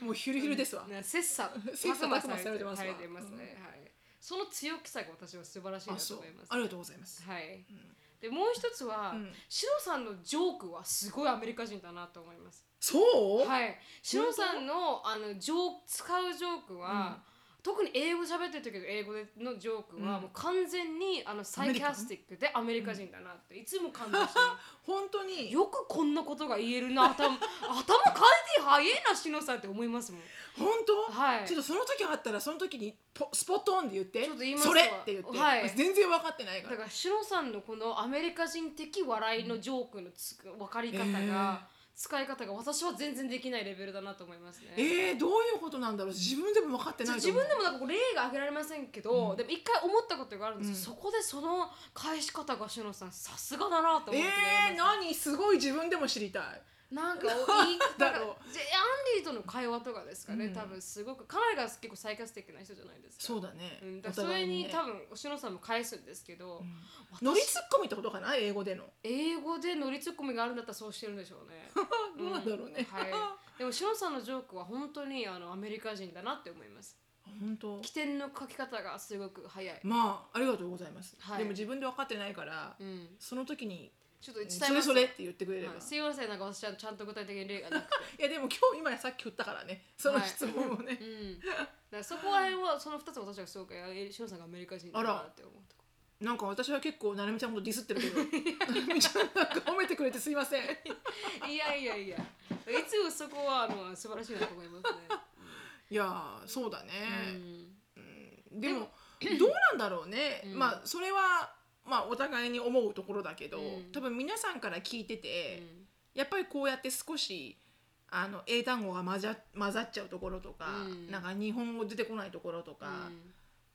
B: もうヒュルヒュルですわ、
A: ね切磋
B: 切磋琢磨
A: 琢
B: されてます
A: さ
B: わ
A: れてますね、はいその強気さが私は素晴らしいな
B: あ
A: と
B: そう
A: 思います
B: ありがとうございます
A: はい、でもう一つは、
B: うん
A: シロさんのジョークはすごいアメリカ人だなと思います
B: そう、
A: はい、しのさんのあのジョー使うジョークは、特に英語喋ってる時の英語でのジョークは、
B: うん
A: もう完全にあのサイキャスティックでアメリカ人だなっていつも感動してま
B: 本当
A: す
B: に
A: よくこんなことが言えるな頭頭変えて早いなしのさんって思いますもん
B: 本当、
A: はい
B: ちょっとその時あったらその時にポスポットオンで言って
A: ちょっと言います
B: そ
A: わ
B: れって言って、
A: はい
B: 全然分かってないか
A: だ
B: ら
A: からしのさんのこのアメリカ人的笑いのジョークのつく分かり方が、
B: えー
A: 使い方が私は全然できないレベルだなと思いますね
B: えー、どういうことなんだろう自分でも分かってないと
A: 自
B: 思う
A: 分でもなんかこう例が挙げられませんけど、
B: うん
A: でも一回思ったことがあるんですけど、
B: う
A: そこでその返し方がしのさんさすがだなと思って、
B: えー、何すごい自分でも知りたい
A: なんかおいい
B: だろう
A: なんかジェアンリーとの会話とかですかね、
B: うん
A: 多分すごく彼が結構サイカスティックな人じゃないですか
B: そうだね、
A: うん、だ
B: お
A: からそれ
B: 互い
A: に
B: ね
A: 多分しのさんも返すんですけど、
B: ノリツッコミってことかな英語での
A: 英語でノリツッコミがあるんだったらそうしてるんでしょうね
B: どうなんだろうね、
A: はい、でもしのさんのジョークは本当にあのアメリカ人だなって思います
B: 本当
A: 起点の書き方がすごく早い、
B: まあありがとうございます、
A: はい
B: でも自分で分かってないから、
A: うん、
B: その時に
A: ちょっと
B: 「
A: 伝えま
B: それ
A: す
B: それ」って言ってくれれば、
A: はい
B: い、
A: すいませんなんか私はちゃんと具体的に例が なくて
B: やでも今日今さっき言ったからねその質問をね、
A: うんだからそこら辺はその2つ私はすごくえーしのさんがアメリカ人だなって思うとこ
B: うなんか私は結構ななみちゃんのことディスってる けどななみちゃんなんか褒めてくれてすいません
A: いやいやいやいつもそこはあの素晴らしいなと思いますね、
B: いやーそうだね、
A: うん
B: うんでも どうなんだろうね、
A: うん
B: まあそれはまあお互いに思うところだけど、
A: うん
B: 多分皆さんから聞いて
A: う
B: て、
A: ん
B: やっぱりこうやって少しあの英単語が混ざ混ざっちゃうところとか、
A: うん
B: なんか日本語出てこないところとか、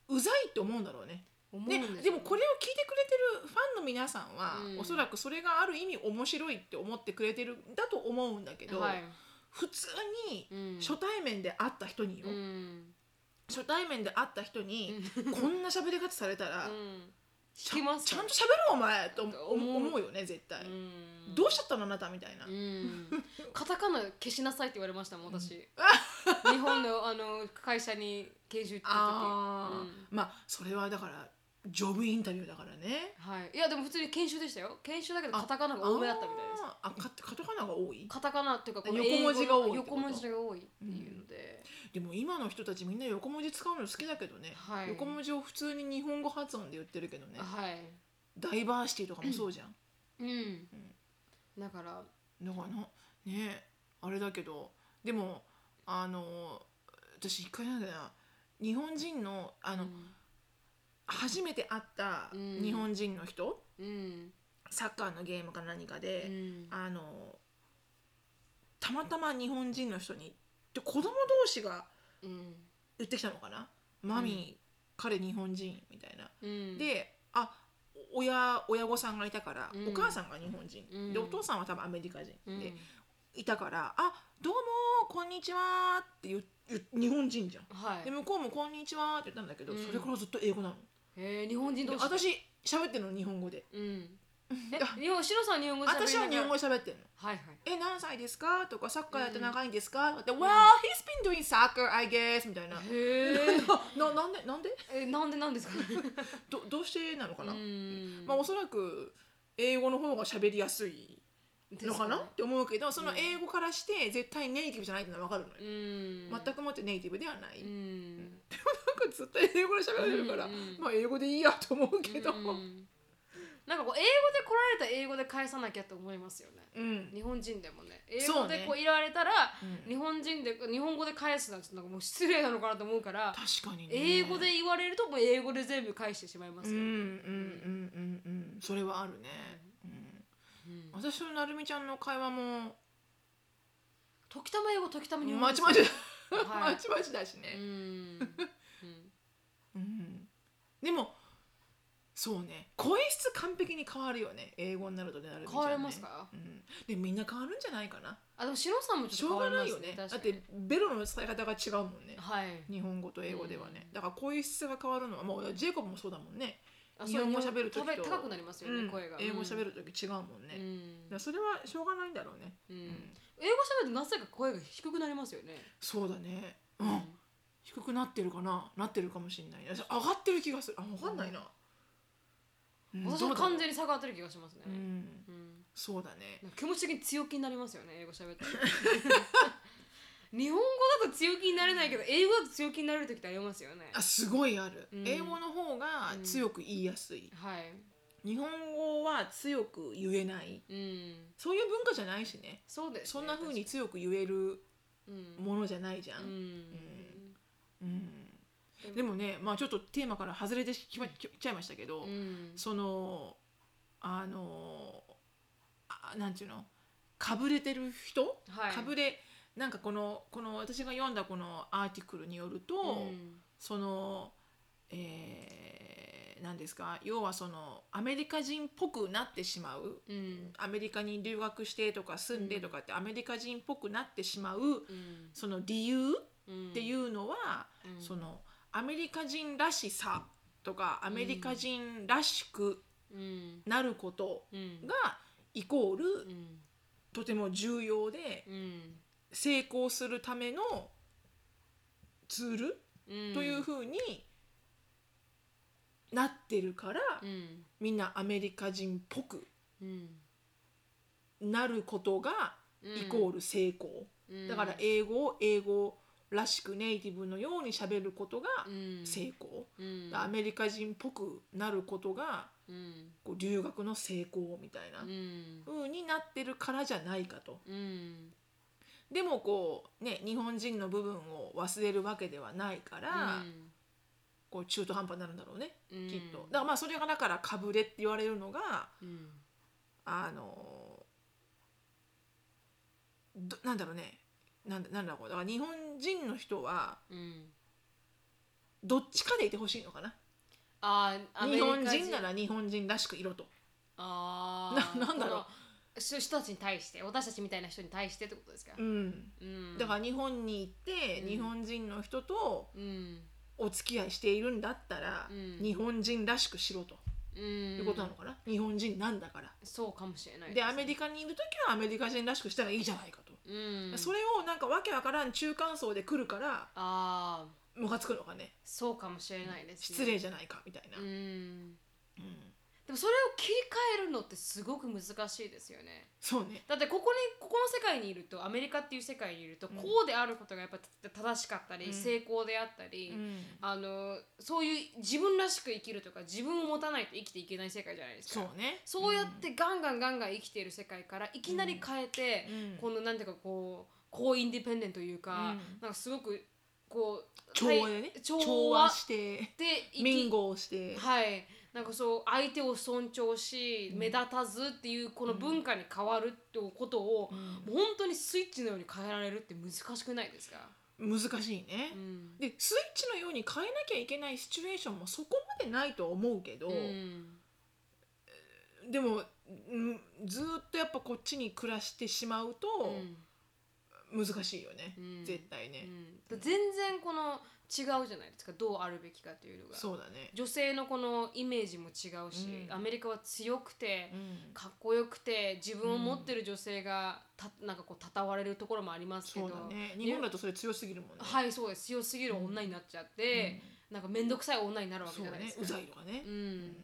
B: うざいと思うんだろうね。
A: うん
B: で
A: 思うんすよ
B: でもこれを聞いてくれてるファンの皆さんは、
A: うん
B: おそらくそれがある意味面白いって思ってくれてるんだと思うんだけど、
A: はい
B: 普通に
A: うん
B: 初対面で会った人によ、
A: うん
B: 初対面で会った人に、こんな喋り方されたら、
A: うん
B: ち
A: 聞
B: ゃ
A: きます
B: ちゃ
A: か
B: んと喋ろうお前と思
A: 思う
B: 思うよね絶対、
A: うん
B: どうしちゃったのあなたみたいな、
A: うん、カタカナ消しなさいって言われましたもん私日本のあの会社に研修行ってた
B: あ
A: 時、
B: ー
A: うん
B: まあそれはだからジョブインタビューだからね
A: はい、いやでも普通に研修でしたよ研修だけどカタカナが多めだったみたいです
B: あーあカカタカナが多い
A: カタカナっていうかこの
B: 横文字が多いってこと
A: 横文字が多いっていうので、
B: でも今の人たちみんな横文字使うの好きだけどね、
A: はい
B: 横文字を普通に日本語発音で言ってるけどね
A: はい
B: ダイバーシティとかもそうじゃん、
A: うん、だから
B: だからなねあれだけどでもあの私一回なんだよな日本人のあの、初めて会った
A: うん
B: 日本人の人、
A: うん
B: サッカーのゲームか何か
A: う
B: で、
A: ん
B: あのたまたま日本人の人にで子供同士が
A: うん
B: 言ってきたのかな「マミー、彼日本人」みたいな。
A: うん
B: であお親親御さんがいたから、
A: うん
B: お母さんが日本人、
A: うん
B: でお父さんは多分アメリカ人で、
A: うん
B: いたから「あどうもこんにちは」って言う言う日本人じゃん。
A: はい
B: で向こうも「こんにちは」って言ったんだけど、
A: うん
B: それからずっと英語なの。
A: えー、日本人
B: で
A: 同士
B: 私喋ってるの日本語で。
A: うんえ日本白さんは日本語喋りながら
B: 私は日本語で喋ってるの。
A: はいはい
B: え何歳ですかとかサッカーやって長いんですか、って「Well he's
A: ん
B: been doing soccer I guess」みたいな。
A: へ
B: ななんでなんで
A: えなんでなんですかね
B: どどうしてなの かな、
A: うん
B: まあおそらく英語の方が喋りやすい
A: です
B: のかな
A: ね
B: って思うけどその英語からして絶対ネイティブじゃないってのは分かるの
A: う
B: よ、
A: ん
B: 全くもってネイティブではない、
A: う
B: なん
A: ん
B: かずっと英語で喋られるから、
A: うんうん
B: まあ英語でいいやと思うけど、
A: う
B: うん
A: んなんかこう英語で来られた英語で返さなきゃって思いますよね日本人でもね英
B: そ
A: 語
B: うね
A: でこういられたら、
B: うん
A: 日本人で日本語で返すのはちょっとなんかもう失礼なのかなと思うから
B: 確かにね
A: 英語で言われるともう英語で全部返してしまいま
B: うん
A: す
B: うん
A: よ、
B: うんうんうんそれはあるね、うん
A: うん
B: 私となるみちゃんの会話も
A: 時たま英語時たま日本語
B: まちまちだ、
A: はい
B: まちまちだし
A: う
B: ね、
A: ん、うん
B: うんでもそうね声質完璧に変わるよね英語になるとねなるみちゃんね
A: 変わりますか
B: うん、でみんな変わるんじゃないかな
A: あでも白さんも
B: し
A: ちょっと
B: ょうが
A: 変わ
B: ない
A: り
B: よ
A: ます
B: ね
A: ね
B: だっ
A: 確かに
B: てベロの使い方が違うもんね
A: はい
B: 日本語と英語ではね、だから声質が変わるのはもうジェイコブもそうだもんね
A: あ
B: 日本語喋る
A: そう
B: 時
A: 日本
B: と
A: 高くなりますよね、
B: うん
A: 声が
B: 英語喋る時違うもん
A: う
B: ね、
A: ん
B: だからそれはしょうがないんだろうね
A: うん英語喋るとなぜか声が低くなりますよね、
B: そうだねうん低くなってるかななってるかもしれない私上がってる気がするあ分かんないな、うん
A: 私
B: どう
A: は
B: だろう
A: 完全に下がってる気がしますね、
B: うん
A: うん
B: そうだね
A: なんか気持ち的に強気になりますよね英語喋って日本語だと強気になれないけど英語だと強気になれる時ってありますよね
B: あすごいある、
A: うん
B: 英語の方が強く言いやすい、
A: はい
B: 日本語は強く言えない
A: うん
B: そういう文化じゃないしね
A: そうです、ね、
B: そんな風に強く言える
A: うん
B: ものじゃないじゃ、
A: うんん
B: うんでもねまあちょっとテーマから外れてしまっちゃいましたけど、
A: うん
B: そのあのあなんていうのかぶれてる人、
A: はい
B: かぶれなんかこのこの私が読んだこのアーティクルによると、
A: うん
B: そのえー、なんですか要はそのアメリカ人っぽくなってしまう
A: うん
B: アメリカに留学してとか住んでとかってアメリカ人っぽくなってしまう
A: うん
B: その理由
A: うん
B: っていうのは、
A: うん
B: そのアメリカ人らしさとかアメリカ人らしく
A: うん
B: なること
A: うん
B: がイコール
A: うん
B: とても重要で
A: うん
B: 成功するためのツール
A: うん
B: というふうになってるから、
A: うん
B: みんなアメリカ人っぽく
A: うん
B: なることがイコール成功、
A: うん
B: だから英語を英語らしくネイティブのように喋ることが
A: うん
B: 成功、
A: うん
B: アメリカ人っぽくなることが
A: うん
B: こう留学の成功みたいな
A: うん
B: 風になってるからじゃないかと。
A: うん
B: でもこうね日本人の部分を忘れるわけではないから、こう中途半端になるんだろうね、
A: うん
B: きっと。だからまあそれがだからかぶれって言われるのが
A: うん
B: あのどなんだろうねなんだなんだろうだから日本人の人は
A: うん
B: どっちかでいてほしいのかな
A: あーアメリ
B: 日
A: カ
B: 本人なら日本人らしくいろと。
A: あー
B: ななんだろう
A: このそう人たちに対して私たちみたいな人に対してってことですか、
B: うん
A: うん、
B: だから日本に行って、
A: うん
B: 日本人の人と
A: うん
B: お付き合いしているんだったら、
A: うん
B: 日本人らしくしろと、
A: うん
B: いうことなのかな日本人なんだから。
A: そうかもしれない
B: でアメリ
A: カ、
B: カにいる時はアメリカ人らしくしたらいいじゃないかと、
A: うん、
B: それをなんかわけわからん中間層で来るから
A: ああ
B: ムカつくのかね
A: そうかもしれないです、ね、
B: 失礼じゃないかみたいな。
A: うん
B: うん
A: でもそれを切り替えるのってすごく難しいですよね
B: そうね
A: だってここにここの世界にいるとアメリカっていう世界にいると
B: うん
A: こうであることがやっぱ正しかったり、
B: うん
A: 成功であったり、
B: うん
A: あのそういう自分らしく生きるとか自分を持たないと生きていけない世界じゃないですか
B: そうね
A: そうやってガンガンガンガン生きている世界からいきなり変えて、
B: うん
A: このなんていうかこうこうインディペンデントというか、
B: うん
A: なんかすごくこう
B: 調和でね
A: はい調和
B: 調和して
A: で生き
B: 民語をして
A: はいなんかそう相手を尊重し、目立たずっていうこの文化に変わるってことを、もう本当にスイッチのように変えられるって難しくないですか、
B: 難しいね
A: う、ん
B: でスイッチのように変えなきゃいけないシチュエーションもそこまでないと思うけど、
A: うん
B: でも、うん、ずーっとやっぱこっちに暮らしてしまうと
A: うん
B: 難しいよね、
A: うん
B: 絶対ね、
A: うん、全然この違うじゃないですかどうあるべきかというのが
B: そうだね、
A: 女性のこのイメージも違うし、
B: うん
A: アメリカは強くて、
B: うん
A: かっこよくて自分を持ってる女性がたなんかこうたわれるところもありますけ
B: そ
A: ど
B: うだね日本だとそれ強すぎるもんね
A: はいそうです強すぎる女になっちゃって、なんか面倒くさい女になるわけ
B: そう
A: じゃないで
B: ね
A: すか
B: うざいとかね、
A: う
B: うんん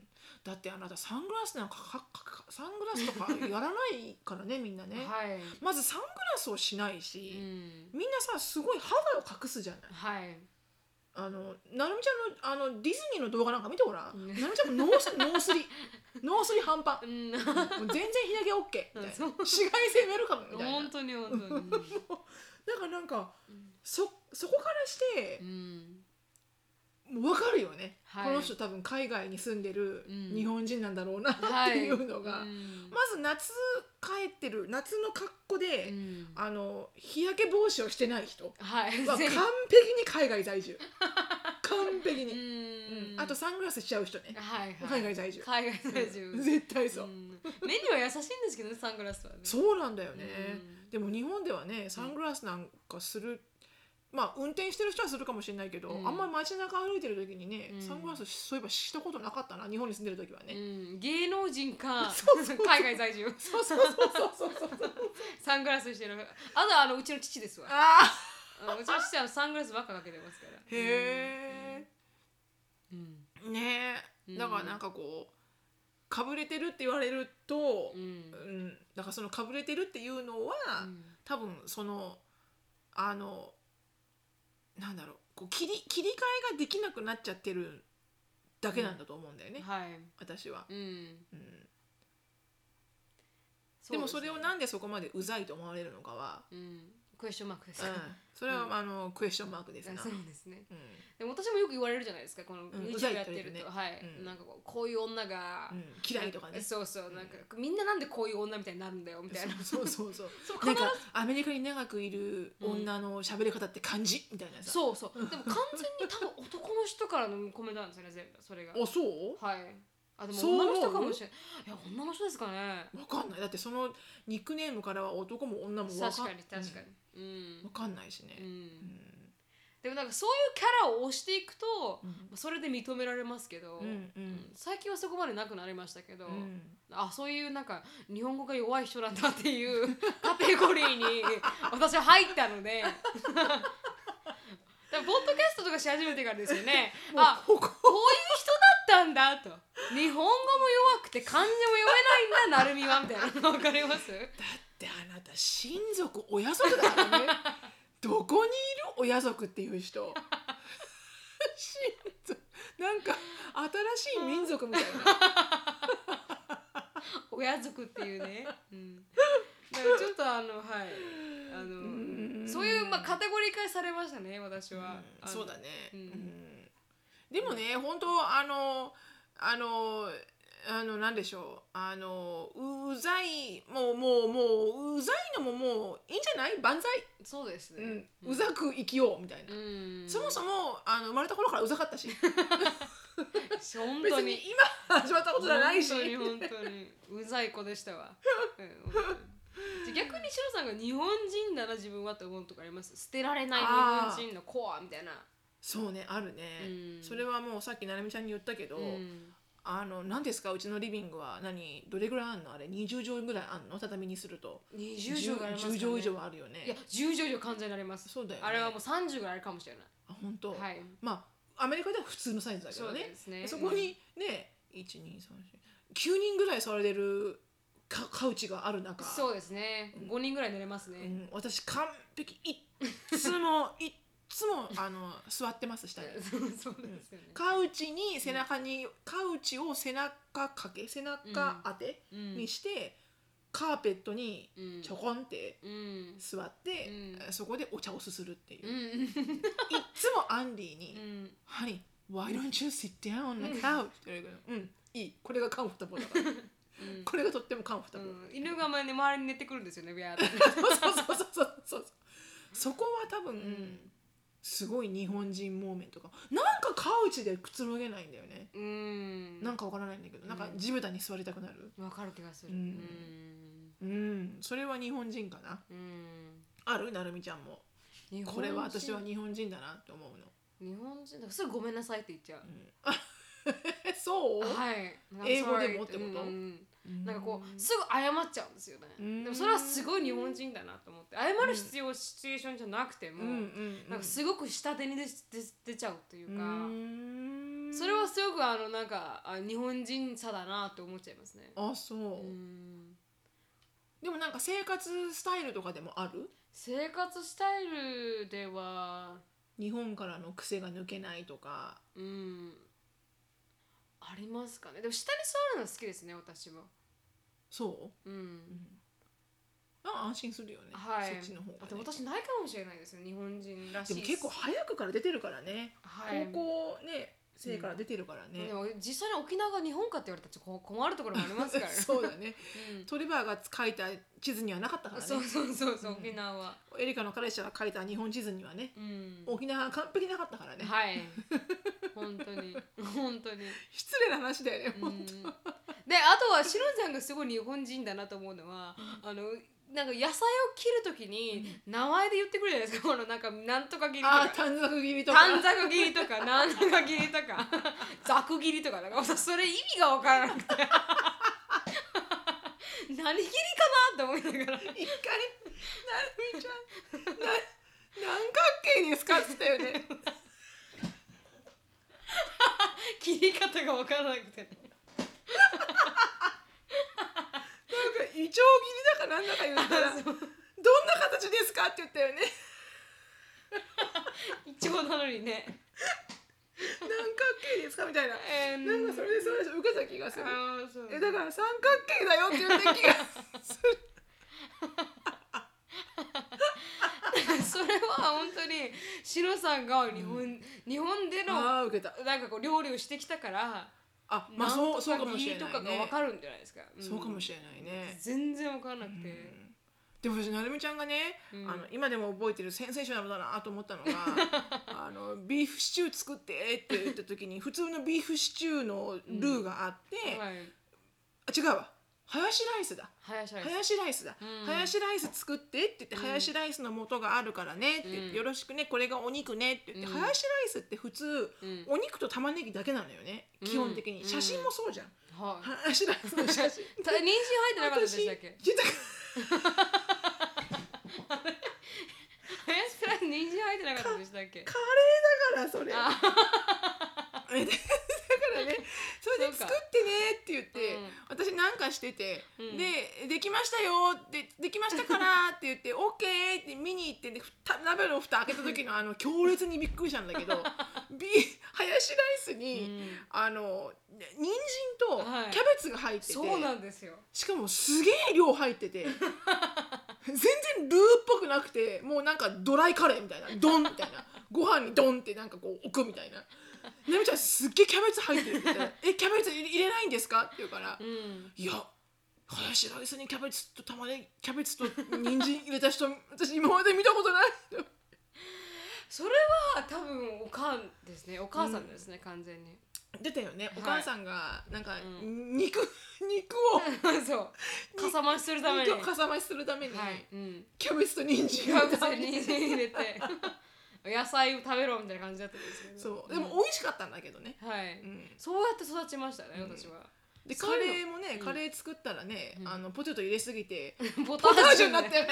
B: だってあなたサングラスなんかかかかサングラスとかやらないからねみんなね、
A: はい、
B: まずサングラスをしないうし、
A: ん、
B: みんなさすごい肌を隠すじゃない
A: はい
B: あのなるみちゃんのあのディズニーの動画なんか見てごらん、
A: うん
B: なるみちゃんもノースノー スリノースリ半端
A: うん
B: もう全然日焼け OK みたいな
A: そう
B: 紫外線ウェルカムみたいな
A: 本当に本当に
B: だからなんか
A: うん
B: そそこからして
A: う、ん
B: もう分かるよね、
A: はい
B: この人多分海外に住んでる
A: うん
B: 日本人なんだろうなって
A: はい
B: いうのが、
A: うん
B: まず夏帰ってる夏の格好で、
A: うん
B: あの日焼け防止をしてない人は
A: はい
B: 完璧
A: ぜ
B: に
A: ひ
B: 海外 在住完璧
A: う
B: に、
A: ん
B: あとサングラスしちゃう人ね、
A: はいはい
B: 海外在住
A: 海外在住
B: うん絶対そう、
A: うん目には優しいんですけどねサングラスはね
B: そうなんだよね、
A: うん
B: でも日本ではねサングラスなんかする、まあ運転してる人はするかもしれないけど、
A: うん
B: あんま街中歩いてる時にね、
A: うん
B: サングラスしそういえばしたことなかったな日本に住んでる時はね、
A: うん芸能人か
B: そうそうそう
A: 海外在住
B: そうそうそうそうそ うそう
A: サングラスしてるあとはあのうちの父ですわ
B: あ
A: うんうちの父はサングラスばっかかけてますから
B: ーへえ、
A: うん
B: ね
A: うん
B: えだからなんかこうかぶれてるって言われると
A: う、ん
B: うん、だからそのかぶれてるっていうのは、
A: うん
B: 多分そのあのなんだろうこう切り切り替えができなくなっちゃってるだけなんだと思うんだよね、
A: はい
B: 私は、
A: うん
B: うん
A: う
B: でも
A: す
B: それをなんでそこまでうざいと思われるのかは、
A: うんクエスチョンマークです
B: うん
A: か、、
B: それは、
A: うん
B: あのクエスチョンマークですな、
A: そうですね
B: うん
A: でも私もよく言われるじゃないですかこの
B: ん
A: YouTube やってると、
B: うざいって言われるね
A: はい、
B: うん
A: なんかこうこういう女が、
B: うん嫌いとかね
A: そうそう、
B: うん
A: なんかみんななんでこういう女みたいになるんだよみたいな
B: そうそ うそ
A: そ
B: う
A: う
B: そうなんかアメリカに長くいる女の喋り方って感じ、みたいなさ
A: そうそうでも完全に多分男の人からのコメントなんですよね全部それが
B: あそう
A: はいあでも
B: そう思う
A: 女の人かもしれないいや女の人ですかね
B: わかんないだってそのニックネームからは男も女もわ
A: 確かに確かにうん
B: うんわかんないしね、
A: うん、
B: うん
A: でもなんかそういうキャラを押していくと
B: う、
A: それで認められますけど、
B: んう
A: うんん最近はそこまでなくなりましたけど、
B: うん
A: あそういうなんか日本語が弱い人なんだっていう カテゴリーに 私は入ったので だからポッドキャストとかし始めてからですよね
B: もう
A: あ
B: ここ
A: こういう人だったんだと日本語も弱くて漢字も読めないんだなる みはみたいなわかります
B: だってあなた親族親族だからねどこにいる親族っていう人親族なんか新しい民族みたい な
A: 親族っていうね、うん、だからちょっとあのはいあの、
B: ん
A: そういうまあカテゴリー化されましたね私は、
B: うんそうだね、
A: うん
B: うんでもね本当あのあのあのなんでしょうあのううざいもうもうもううざいのももういいんじゃない万歳、
A: そうです
B: う
A: ね
B: ん、、うざく生きようみたいな、
A: うん
B: そもそもあの生まれた頃からうざかっ たし
A: 本
B: 別
A: 当
B: に
A: に
B: 今始まったことじゃないし
A: 本当に本当にうざい子でしたわ、うん本当にじゃあ逆にシロさんが日本人なら自分はって思うとかあります捨てられない日
B: あー
A: 本人のコアみたいな、
B: そうねあるね、
A: うん
B: それはもうさっきななみちゃんに言ったけど、
A: うん
B: あの何ですかうちのリビングは何どれぐらいあんのあれ20畳ぐらいあんの畳にすると
A: 20畳がありますか、ね、
B: 10畳以上はあるよね
A: いや10畳以上完全になります
B: そうだよね
A: あれはもう30ぐらいあるかもしれない
B: あ本当、
A: はい
B: まあアメリカでは普通のサイズだけ
A: そ
B: ど
A: う
B: ね
A: ですね
B: そこにね12349人ぐらい座れるカカウチがある中
A: そうですね5人ぐらい寝れますね、
B: うん、私完璧いっつ もいっつもあの座ってます下に
A: そうですよね、
B: カウチに背中に、カウチを背中掛け背中当て
A: うん
B: にして、カーペットに
A: うん
B: ちょこんって
A: うん
B: 座って、
A: うん
B: そこでお茶をすするっていう、
A: う
B: いっ
A: ん
B: つもアンディに、
A: うん
B: はい、Why don't you sit down on the couch? って言われるけど、うん、いい。これがカンフォタブルだから。これがとってもカンフォタブル。
A: うん犬がまあね周りに寝てくるんですよねビャーって
B: そうそうそうそうそうそう。そこは多分、
A: ん
B: すごい日本人モーメントか。なんかカウチでくつろげないんだよね。
A: うん
B: なんかわからないんだけど、なんか地べたに座りたくなる。
A: わかる気がするう
B: う
A: んん
B: うん、それは日本人かな。
A: うん
B: あるなるみちゃんも。
A: 日本人
B: これは私は日本人だなって思うの。
A: 日本人だすぐごめんなさいって言っちゃう
B: え、 そう、
A: はい
B: 英語
A: I'm
B: で
A: sorry
B: もってこと
A: うんうんなんかこうすぐ謝っちゃうんですよね
B: うん
A: でもそれはすごい日本人だなと思って謝る必要シチュエーションじゃなくて
B: う
A: も、
B: んうん、
A: なんかすごく下手に出出出ちゃうっていうか、
B: うん
A: それはすごくあのなんかあ日本人差だなって思っちゃいますね。
B: あそう、
A: うん
B: でもなんか生活スタイルとかでもある
A: 生活スタイルでは、
B: 日本からの癖が抜けないとか
A: うん、ありますかねでも下に座るの好きですね私は。、
B: そうう、うんん、あ安心するよね、
A: はい
B: そっちの方
A: あと
B: が、ね、
A: 私ないかもしれないですね日本人らし
B: で
A: い
B: も結構早くから出てるからね、
A: はい
B: 高校ね生から出てるからね
A: で、も実際に沖縄が日本かって言われたらちょっとこ困るところもありますからね。
B: そうだね
A: うん
B: トリバーが書いた地図にはなかったからね
A: そうそうそうそう
B: うん
A: 沖縄は。
B: エリカの彼氏が書いた日本地図にはね
A: うん
B: 沖縄は完璧なかったからね、
A: はい。本当に本当に。
B: 失礼な話だよね、
A: う
B: 本
A: ん、であとはシロンさんがすごい日本人だなと思うのは、あのなんか野菜を切るときに名前で言ってくるじゃないですかこのなんかなんとか切り
B: 当
A: と
B: ああ
A: か
B: 短冊切りとか
A: 短冊切りとかなんとか切りとかざく切りとかなんか私それ意味が分からなくて何切りかなって思いながら
B: 一回なるみちゃんな何角形ですかって言ったよね
A: 切り方が分からなくて、
B: なんかイチョウ切りだかなんだか言っ たらどんな形ですかって言ったよね
A: 一応なのにね、
B: 何角形ですかみたいなな
A: えー
B: んかそれでそれで受けた気がする
A: あーそう
B: えだから三角形だよって言った気がする
A: それは本当にシロさんが日本、日本での
B: ああ受けた
A: なんかこう料理をしてきたから、
B: あ
A: ま
B: まあそ
A: そ
B: うそうう
A: か
B: か
A: も
B: も
A: し
B: し
A: れ
B: れ
A: な、
B: ないい
A: とかがわ
B: ね
A: かるんじゃないですか。
B: そうかも
A: れ
B: しれないね
A: 全然わからなくて、
B: でも私なるみちゃんがね、
A: うん
B: あの今でも覚えてるセンセーショナルだなと思 ったのがあのビーフシチュー作ってって言った時に普通のビーフシチューのルーがあって、あ
A: はい、
B: 違うわハヤシライスだ
A: 林
B: ハ
A: 原さん
B: ヤシライスだ、
A: うん
B: ハヤシライス作ってって言って、ハヤシライスの素があるからねって言って、
A: うん
B: よろしくねこれがお肉ねって言って、
A: うん
B: ハヤシライスって普通、
A: うん
B: お肉と玉ねぎだけなのよね基本的に、
A: うん
B: 写真もそうじゃん、
A: は
B: ハヤシライスの写 真
A: い。た妊娠入ってなかったでしたっけ？
B: 私豊
A: 林原さん妊娠入ってなかったでしたっけ？
B: カレーだからそれ。
A: あ
B: えでだからねそれれで作ってねって言って、私なんかしてて、
A: うん
B: で「できましたよ」って「できましたから」っ て言って「オッケーって見に行ってでふた鍋の蓋開けた 時のあの強烈にびっくりしたんだけどびハヤシライス
A: う
B: に、
A: ん
B: あのね人参と
A: はい
B: キャベツが入ってて、
A: そうなんですよ
B: しかもすげえ量入ってて全然ルーっぽくなくてもうなんかドライカレーみたいなドンみたいなご飯にドンってなんかこう置くみたいな「なみちゃんすっげえキャベツ入ってる」みたいな「えキャベツ入れないんですか?」って言うから「
A: うん
B: いやハヤシライスにキャベツと玉ねぎキャベツと人参入れた人私今まで見たことない」
A: それは多分おかんですねお母さんですね、完全に
B: 出たよね
A: はい
B: お母さんがなんか
A: う
B: 肉、肉を
A: そうかさ増しするために
B: 肉をかさ増しするために、
A: はい、うん、
B: キャベツと人参
A: カウン
B: を
A: ターに人参入れて 野菜を食べろみたいな感じだったんですけど
B: そうでも
A: お
B: 美味しかったんだけどね、
A: はい、
B: うん、
A: そうやって育ちましたね、
B: うん
A: 私 は
B: でカ
A: そうい
B: レーもね、
A: うん
B: カレー作ったらね、
A: うん
B: あのポテト入れすぎて、
A: ポ
B: ポタージュになった
A: て
B: よね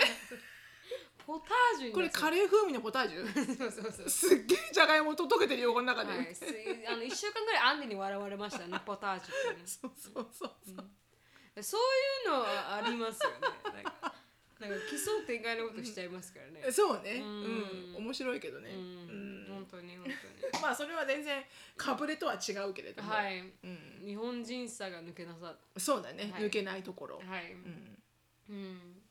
A: ポタージュに
B: これカ
A: レ
B: レー風味のポター ジュ
A: ーそうそうそう
B: すっげえじゃがいもと溶けてるよこの中で、
A: はい、すあの1週間ぐらいアンデに笑われま したねポタージュってね
B: そうそうそうそう、
A: そういうのはありますよねなんかなんか奇想天外なことしちゃいます からね
B: そうね
A: う
B: うんん、面白いけどね、
A: うん
B: うん
A: 本当に本
B: まあそれは全然かぶれとは違うけれ
A: 当
B: ど
A: に
B: も、
A: はい
B: うん、
A: 日本人さが抜けなさは
B: そうだね、
A: はい
B: 抜けないところ、
A: い
B: うん、
A: うん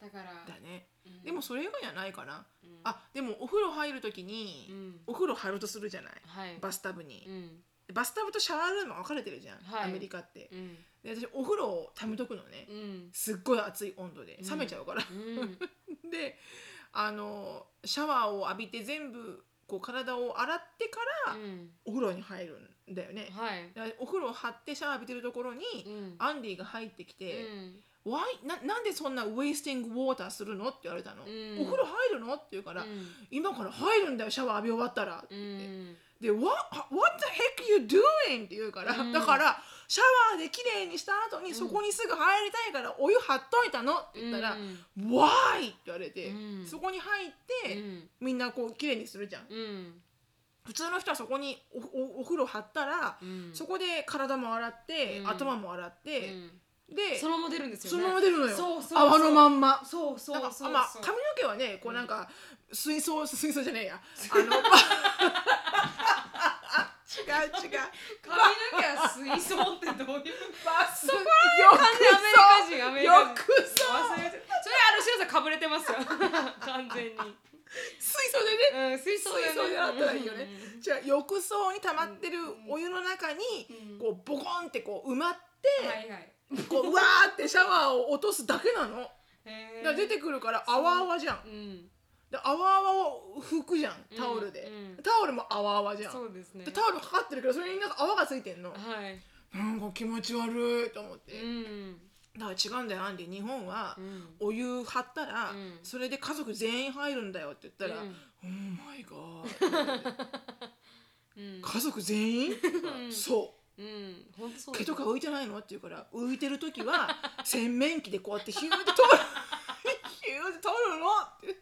A: だから
B: だね
A: うん
B: でもそれ以外じゃないかな、
A: うん
B: あでもお風呂入るときに、
A: うん
B: お風呂入ろうとするじゃない
A: はい
B: バスタブに
A: う、ん
B: バスタブとシャワールーム分かれてるじゃん、
A: はい
B: アメリカって
A: うん
B: で私お風呂をためとくのね、
A: うん
B: すっごい熱い温度で冷めちゃうから、
A: うん
B: であのシャワーを浴びて全部こう体を洗ってから
A: うん
B: お風呂に入るんだよね、
A: はい
B: でお風呂を張ってシャワー浴びてるところに、
A: うん
B: アンディが入ってき
A: う
B: て
A: ん
B: 「Why? ななんでそんな wasting water するの?」って言われたの、
A: うん
B: お風呂入るの?」って言うから、今から入るんだよシャワー浴び終わったら」
A: うんうん
B: で「What, what the heck you doing?」って言うから、
A: うん
B: だからシャワーで綺麗にした後に、
A: ん
B: そこにすぐ入りたいからお湯張っといたのって言ったら「
A: うん
B: Why?」って言われて、
A: うん
B: そこに入って、
A: うん
B: みんなこう綺麗にするじゃん。
A: うん
B: 普通の人はそこにおおお風呂張ったら、
A: うん
B: そこで体も洗って、
A: うん
B: 頭も洗っ
A: う
B: て、
A: ん
B: で
A: そのまま出るんですよね
B: そのまま出るのよ
A: そうそう
B: 泡のまんま。
A: そうそう
B: なん
A: そうそ
B: か
A: う
B: まあ髪の毛はねこうなんか水槽水槽じゃね えやあの 違う違う
A: 髪の毛は水槽って どういう
B: バスそこ
A: 完全にアメリカ人アメリカ人
B: よくそ
A: 忘れてそれあの白さんかぶれてますよ 完全に
B: 水槽でね
A: うん水槽
B: 水槽で洗ったらいいよね
A: うん
B: じゃあ浴槽に溜まってるお湯の中に
A: うん
B: こうボコンってこう埋まっ
A: はいはい
B: てこううわーってシャワーを落とすだけなのだか
A: へー
B: ら出てくるから泡泡じゃん
A: うん
B: で泡泡を拭くじゃんタオルで
A: うんうん
B: タオルも泡泡じゃん
A: そうですね
B: でタオルかかってるけどそれになんか泡がついてんの
A: はい
B: なんか気持ち悪いと思って
A: うん
B: だから違うんだよアンディ日本は
A: うん
B: お湯張ったら、
A: うん
B: それで家族全員入るんだよって言ったら
A: うん
B: 「オーマイガー」
A: うん
B: 家族全員
A: ん
B: そ
A: うん本当そうう
B: 毛とか
A: は
B: 浮いてないのって言うから浮いてる時は洗面器でこうやってヒューって取る ヒューって取るのって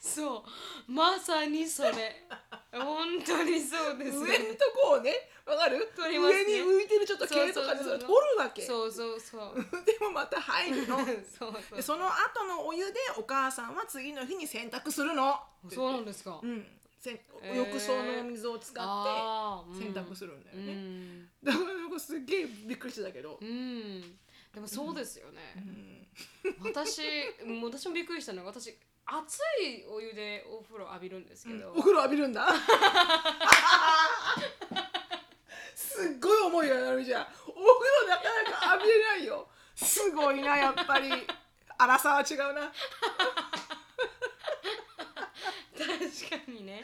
A: そうまさにそれ本当にそうですね
B: 上のとこをねわかる
A: 取りますね
B: 上に浮いてるちょっと毛とかでそ
A: そうそうそう
B: れ取るわけ
A: そうそうそう
B: でもまた入るの
A: そうそう
B: でその後のお湯でお母さんは次の日に洗濯するのって
A: そ
B: 言
A: う
B: って
A: なんですか。
B: うん、せん
A: えー
B: 浴槽のお水を使っ
A: あー
B: て洗濯す
A: る
B: るんだよね、だからなんかすっげえびっくりしてたけど
A: う、ん、うんでもそうですよ
B: う
A: ね。
B: ん、
A: 私、もう私もびっくりしたのが、私熱いお湯でお風呂浴びるんですけど、
B: お風呂浴びるんだすっごい重いよなるじゃんお風呂なかなか浴びれないよすごいなやっぱり荒さは違うな
A: 確かにね、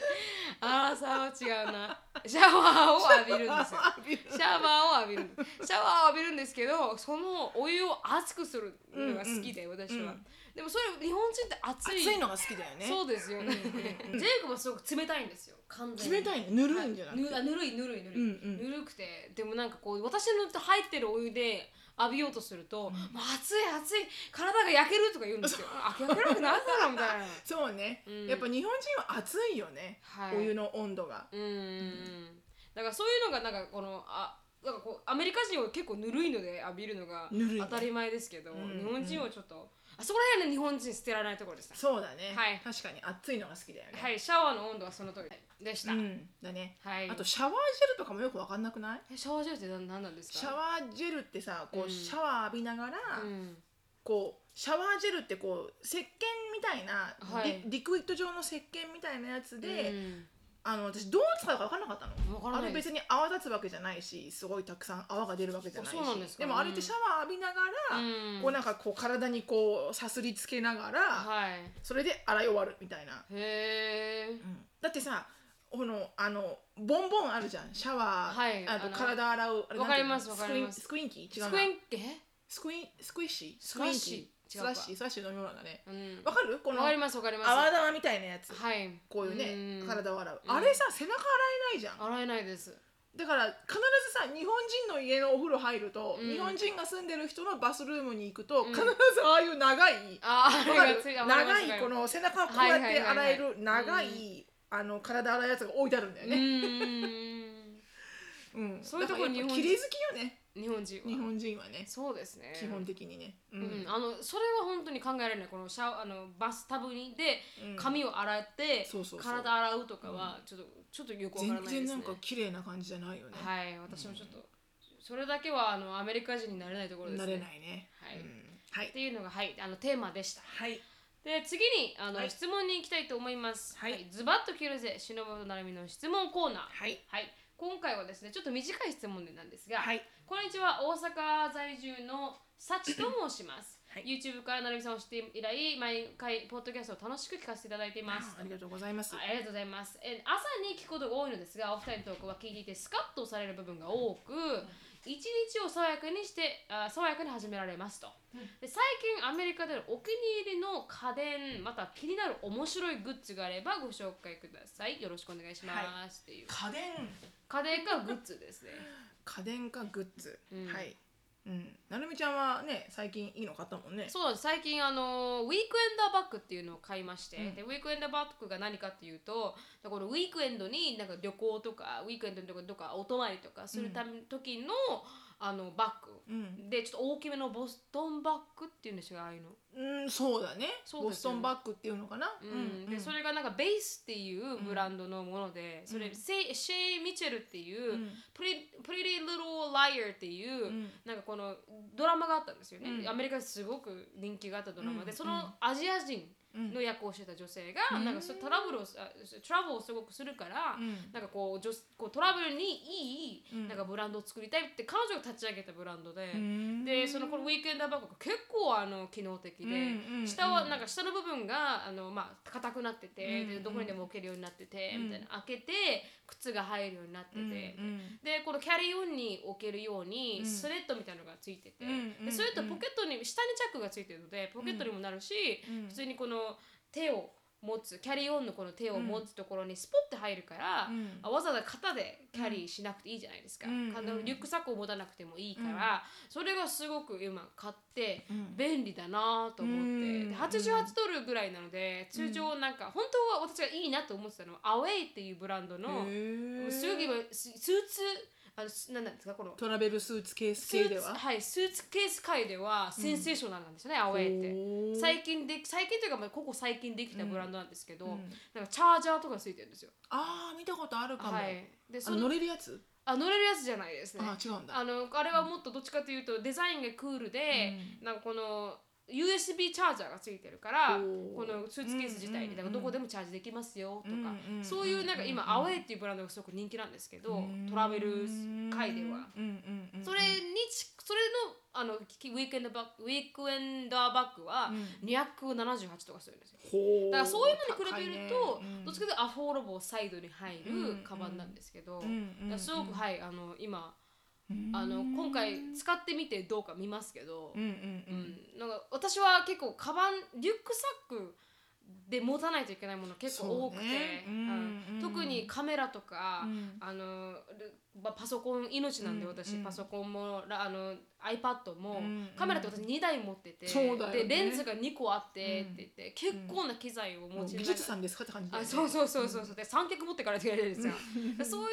A: あーさは違うな。シャワーを浴びるんですよ。
B: 浴びる
A: シャワーを浴びるシャワーを浴びるんですけどそのお湯を熱くするのが好きで、私は、
B: うん
A: でもそれ日本人って熱い
B: 熱いのが好きだよね
A: そうですよね、
B: うん
A: ジェイクもすごく冷たいんですよ完全に
B: 冷たいのぬるいんじゃなくて、
A: はいぬあぬるいぬるいぬるい、
B: うんうん
A: ぬるくてでもなんかこう私の入ってるお湯で浴びようとすると、もう熱い熱い体が焼けるとか言うんですよあ焼けなくなるだろみたい な
B: そうね、
A: うん
B: やっぱ日本人は暑いよね、
A: はい
B: お湯の温度が
A: うんうんうん、だからそういうのがなんかこのあなんかこうアメリカ人は結構ぬるいので浴びるのが
B: ぬるいね
A: 当たり前ですけど、
B: うん
A: 日本人はちょっと、あそこら辺はね日本人捨てられないところでした
B: そうだね、
A: はい
B: 確かに暑いのが好きだよね
A: はいシャワーの温度はその通りでした、
B: うん、だね
A: はい
B: あとシャワージェルとかもよく分かんなくない
A: えシャワージェルって何なんですか
B: シャワージェルってさ
A: う
B: こ
A: ん
B: うシャワー浴びながら、
A: うん
B: こうシャワージェルってこう石鹸みたいな、
A: はい
B: リリクイット状の石鹸みたいなやつで、
A: うん
B: あの私どう使うか分かんなかったの。
A: わから
B: あ
A: な
B: れ
A: いです
B: 別に泡立つわけじゃないしすごいたくさん泡が出るわけじゃないし
A: あそうなんですか
B: もあれってシャワー浴びながら、
A: うん
B: こうなんかこう体にこうさすりつけながら、
A: はい
B: それで洗い終わるみたいな、
A: へえ
B: うんだってさこのあのボンボンあるじゃんシャワー、
A: はい
B: あ
A: あ
B: と
A: の
B: 体洗うあれなんていうの
A: わかりますわかります
B: スクインスクインキ
A: ス
B: ー違う
A: ク
B: な
A: エンケ
B: スクインスクイッシー
A: スラッシー
B: ス
A: 違う
B: ラ
A: か
B: ッシースラッシーの飲み物だね
A: うん
B: わかるこの
A: わかり
B: 泡
A: ますわかります
B: 玉みたいなやつ
A: はい
B: こういうね
A: ん
B: 体を洗う
A: うん
B: あれさ背中洗えないじゃん
A: 洗えないです
B: だから必ずさ日本人の家のお風呂入ると、
A: うん
B: 日本人が住んでる人のバスルームに行くと、
A: うん
B: 必ずああいう長い、
A: あー
B: わかる
A: ついあわかります
B: 長いこ
A: わか
B: の背中をこうやっ
A: はいはい
B: て
A: はいは
B: 洗
A: い
B: える長い、あの体洗うやつが置いてあるんだよ
A: ります
B: ね、
A: う
B: うん
A: そういうとこ
B: だからや
A: 日本
B: っぱ
A: 人
B: 綺麗好きよね
A: ーん日本人は
B: 日本人はね
A: そうですね
B: 基本的にね、う
A: うん、あのそれは本当に考えられないこのシャワーあのバスタブにで
B: うん
A: 髪を洗って、
B: そうそうそう
A: 体洗うとかはちょっと、ちょっとよくわからない
B: 全
A: ですね
B: 然なんか綺麗な感じじゃないよね、
A: はい私もちょっと、それだけはあのアメリカ人になれないところですね
B: 慣れないね
A: はい
B: うんは
A: っ
B: い
A: ていうのがはいあのテーマでした
B: はい
A: で次にあの、
B: はい
A: 質問に行きたいと思います、
B: はい
A: ズバッと切るぜ忍となるみの質問コーナー
B: はい
A: はい今回はですねちょっと短い質問なんですが、
B: はい
A: こんにちは大阪在住のサチと申します、
B: はい
A: YouTube からなるみさんを知って以来毎回ポッドキャストを楽しく聞かせていただいています
B: あありがとうございます
A: ありがとうございますえー朝に聞くことが多いのですがお二人のトークは聞いていてスカッとされる部分が多く一日を爽やかにしてあ爽やかに始められますとで最近アメリカでのお気に入りの家電また気になる面白いグッズがあればご紹介くださいよろしくお願いします、っていう
B: 家電
A: 家電かグッズですね
B: 家電かグッズ、
A: うん
B: はい、うん、なるみちゃんはね最近いいの買ったもんね
A: そうなんです最近あのウィークエンダーバッグっていうのを買いまして、
B: うん
A: でウィークエンダーバッグが何かっていうとだからこのウィークエンドになんか旅行とかウィークエンドとかどっかお泊まりとかするため、時のあのバッグ
B: うん、
A: でちょっと大きめのボストンバッグっていうんですよああいうの。
B: うん、そうだね
A: そうですよね
B: ボストンバッグっていうのかな、
A: うんでそ
B: れ
A: れがなんかベースっていうブランドのもので、それ
B: うん
A: セイシェイ・ミチェルっていう、
B: うん
A: プリプリリ・ルロー・ライアーっていう、
B: うん
A: なんかこのドラマがあったんですよね、
B: うん
A: アメリカですごく人気があったドラマで、
B: うん
A: そのアジア人
B: うん
A: の役をしてた女性が、
B: うん
A: なんかそうトラブルをあトラブルをすごくするから、
B: うん
A: なんかこう女こうトラブルにいい、
B: うん
A: なんかブランドを作りたいって彼女が立ち上げたブランドで、
B: うん
A: でそのこのウィークエンダーバッグが結構あの機能的で、
B: うんうん
A: 下はなんか下の部分があのまあ硬くなってて、
B: うん
A: でどこにでも置けるようになってて、
B: うん
A: みたいな開けて靴が入るようになってて、
B: うん
A: でこのキャリーオンに置けるように
B: うん
A: スレッドみたいなのがついてて、
B: うんうん
A: でそれとポケットに下にチャックがついてるのでポケットにもなるし、
B: うん
A: 普通にこの手を持つキャリーオンのこの手を持つところにスポッて入るから、
B: うん
A: あわざわざ肩でキャリーしなくていいじゃないですか、
B: うん
A: あのリュックサックを持たなくてもいいから、それがすごく今買って
B: うん
A: 便利だなと思って、
B: うん
A: で88ドルぐらいなので通常なんか、本当は私がいいなと思ってたのはアウェイっていうブランドの、
B: へー
A: すごく今ススーツあのすなんなんですかこの
B: トラベルスーツケース
A: ス
B: 系
A: ー
B: で
A: ツ
B: は
A: はいスーツケース界ではセンセーショナルなんですよね、アウェイって。
B: ほー
A: 最近で最近というかまあここ最近できたブランドなんですけど、
B: うん
A: なんかチャージャーとかついてるんですよ。
B: あー見たことあるかも、
A: はい。で
B: あ
A: そ
B: の乗
A: の
B: れるやつ
A: あ乗れるやつじゃないですね。
B: あー違うんだ
A: あのあれはもっとどっちかというとデザインがクールで、なんかこの USB チャージャーがついてるから
B: おー
A: このスーツケース自体
B: うんうんう
A: に
B: ん
A: だからどこでもチャージできますよとか、
B: うんうん
A: そういうなんか今、
B: うんうん
A: アウェイっていうブランドがすごく人気なんですけど、トラベル界では。
B: うんうんうんうん
A: それにちそれのあのきウィークエンドバッグウィークエンダーバッグは
B: う
A: 278とかするんですよ。
B: ほー
A: だからそういうのに比べると、
B: 高いねうん
A: どっちかというとアフォーラボーサイドに入
B: う
A: る
B: ん
A: カバンなんですけど、
B: うんうんうん
A: だからすごくはいあの今
B: うん
A: あの今回使ってみてどうか見ますけど、
B: うんうん
A: う
B: うん
A: んなんか私は結構カバンリュックサックで持たないといけないもの結構多くて、
B: そうねうん
A: うん
B: うん
A: 特にカメラとか、
B: うん
A: あのルまあパソコン命なんで
B: うん
A: 私、
B: うん
A: パソコンもらあの iPad も、
B: うん
A: カメラって私2台持ってて、
B: そうだよね
A: でレンズが2個あって
B: う
A: っ
B: ん
A: て言って結構な機材を
B: も
A: 持
B: う
A: ちな
B: 技
A: がら
B: 術さんですかって感じだよ
A: あ
B: ね
A: そうそうそうそうそうで三脚持ってからって言われるんですよそういう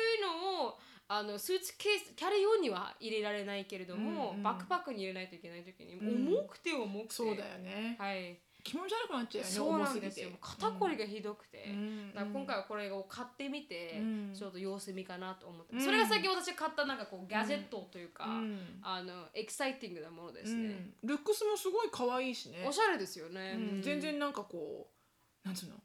A: のをあのスーツケースキャリーオンには入れられないけれども、
B: うんうん
A: バックパックに入れないといけない時に
B: ん
A: 重くて重くて、
B: そうだよね
A: はい
B: 気持ち悪くなっちゃうよね
A: そうなん
B: 重
A: ですす
B: ぎ
A: よ
B: て
A: 肩こりがひどくて、
B: うん
A: だから今回はこれを買ってみて、
B: うん
A: ちょっと様子見かなと思って、
B: うん
A: それが最近私買ったなんかこうギャジェットというか、
B: うん
A: あのエキサイティングなもので
B: う
A: すね、
B: んルックスもすごい可愛いしね
A: おしゃれですよね、
B: うん全然なんかこうなんつうの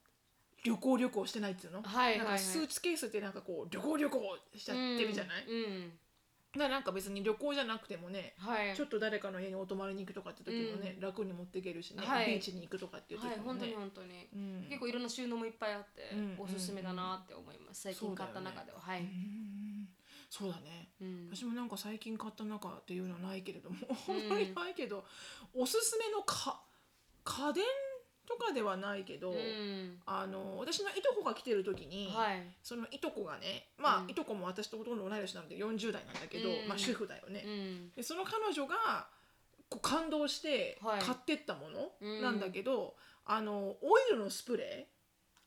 B: 旅行旅行してないっていうの、
A: はいはい
B: なん
A: はい
B: かスーツケースってなんかこう旅行旅行しちゃってるじゃない、だか
A: うんうん
B: らなんか別に旅行じゃなくてもね
A: はい
B: ちょっと誰かの家にお泊まりに行くとかって時もね、楽に持っていけるしね、
A: はい
B: ビーチに行くとかっていう時
A: はい
B: も
A: 本当
B: ね、
A: に本当に、
B: うん
A: 結構いろんな収納もいっぱいあって、
B: うん
A: おすすめだなって思います最近買った中では、は
B: う
A: い、
B: んそうだね
A: うん、
B: 私もなんか最近買った中っていうのはないけれども、
A: うん
B: あんまりないけどおすすめのか家電とかではないけど、
A: うん
B: あの私のいとこが来てる時に、
A: はい
B: そのいとこがねまあ、
A: うん
B: いとこも私とほとんど同い年なので40代なんだけど、
A: うん
B: まあ、主婦だよね、
A: うん
B: でその彼女がこう感動して
A: はい
B: 買ってったも
A: うん
B: のなんだけど、あのオイルのスプレー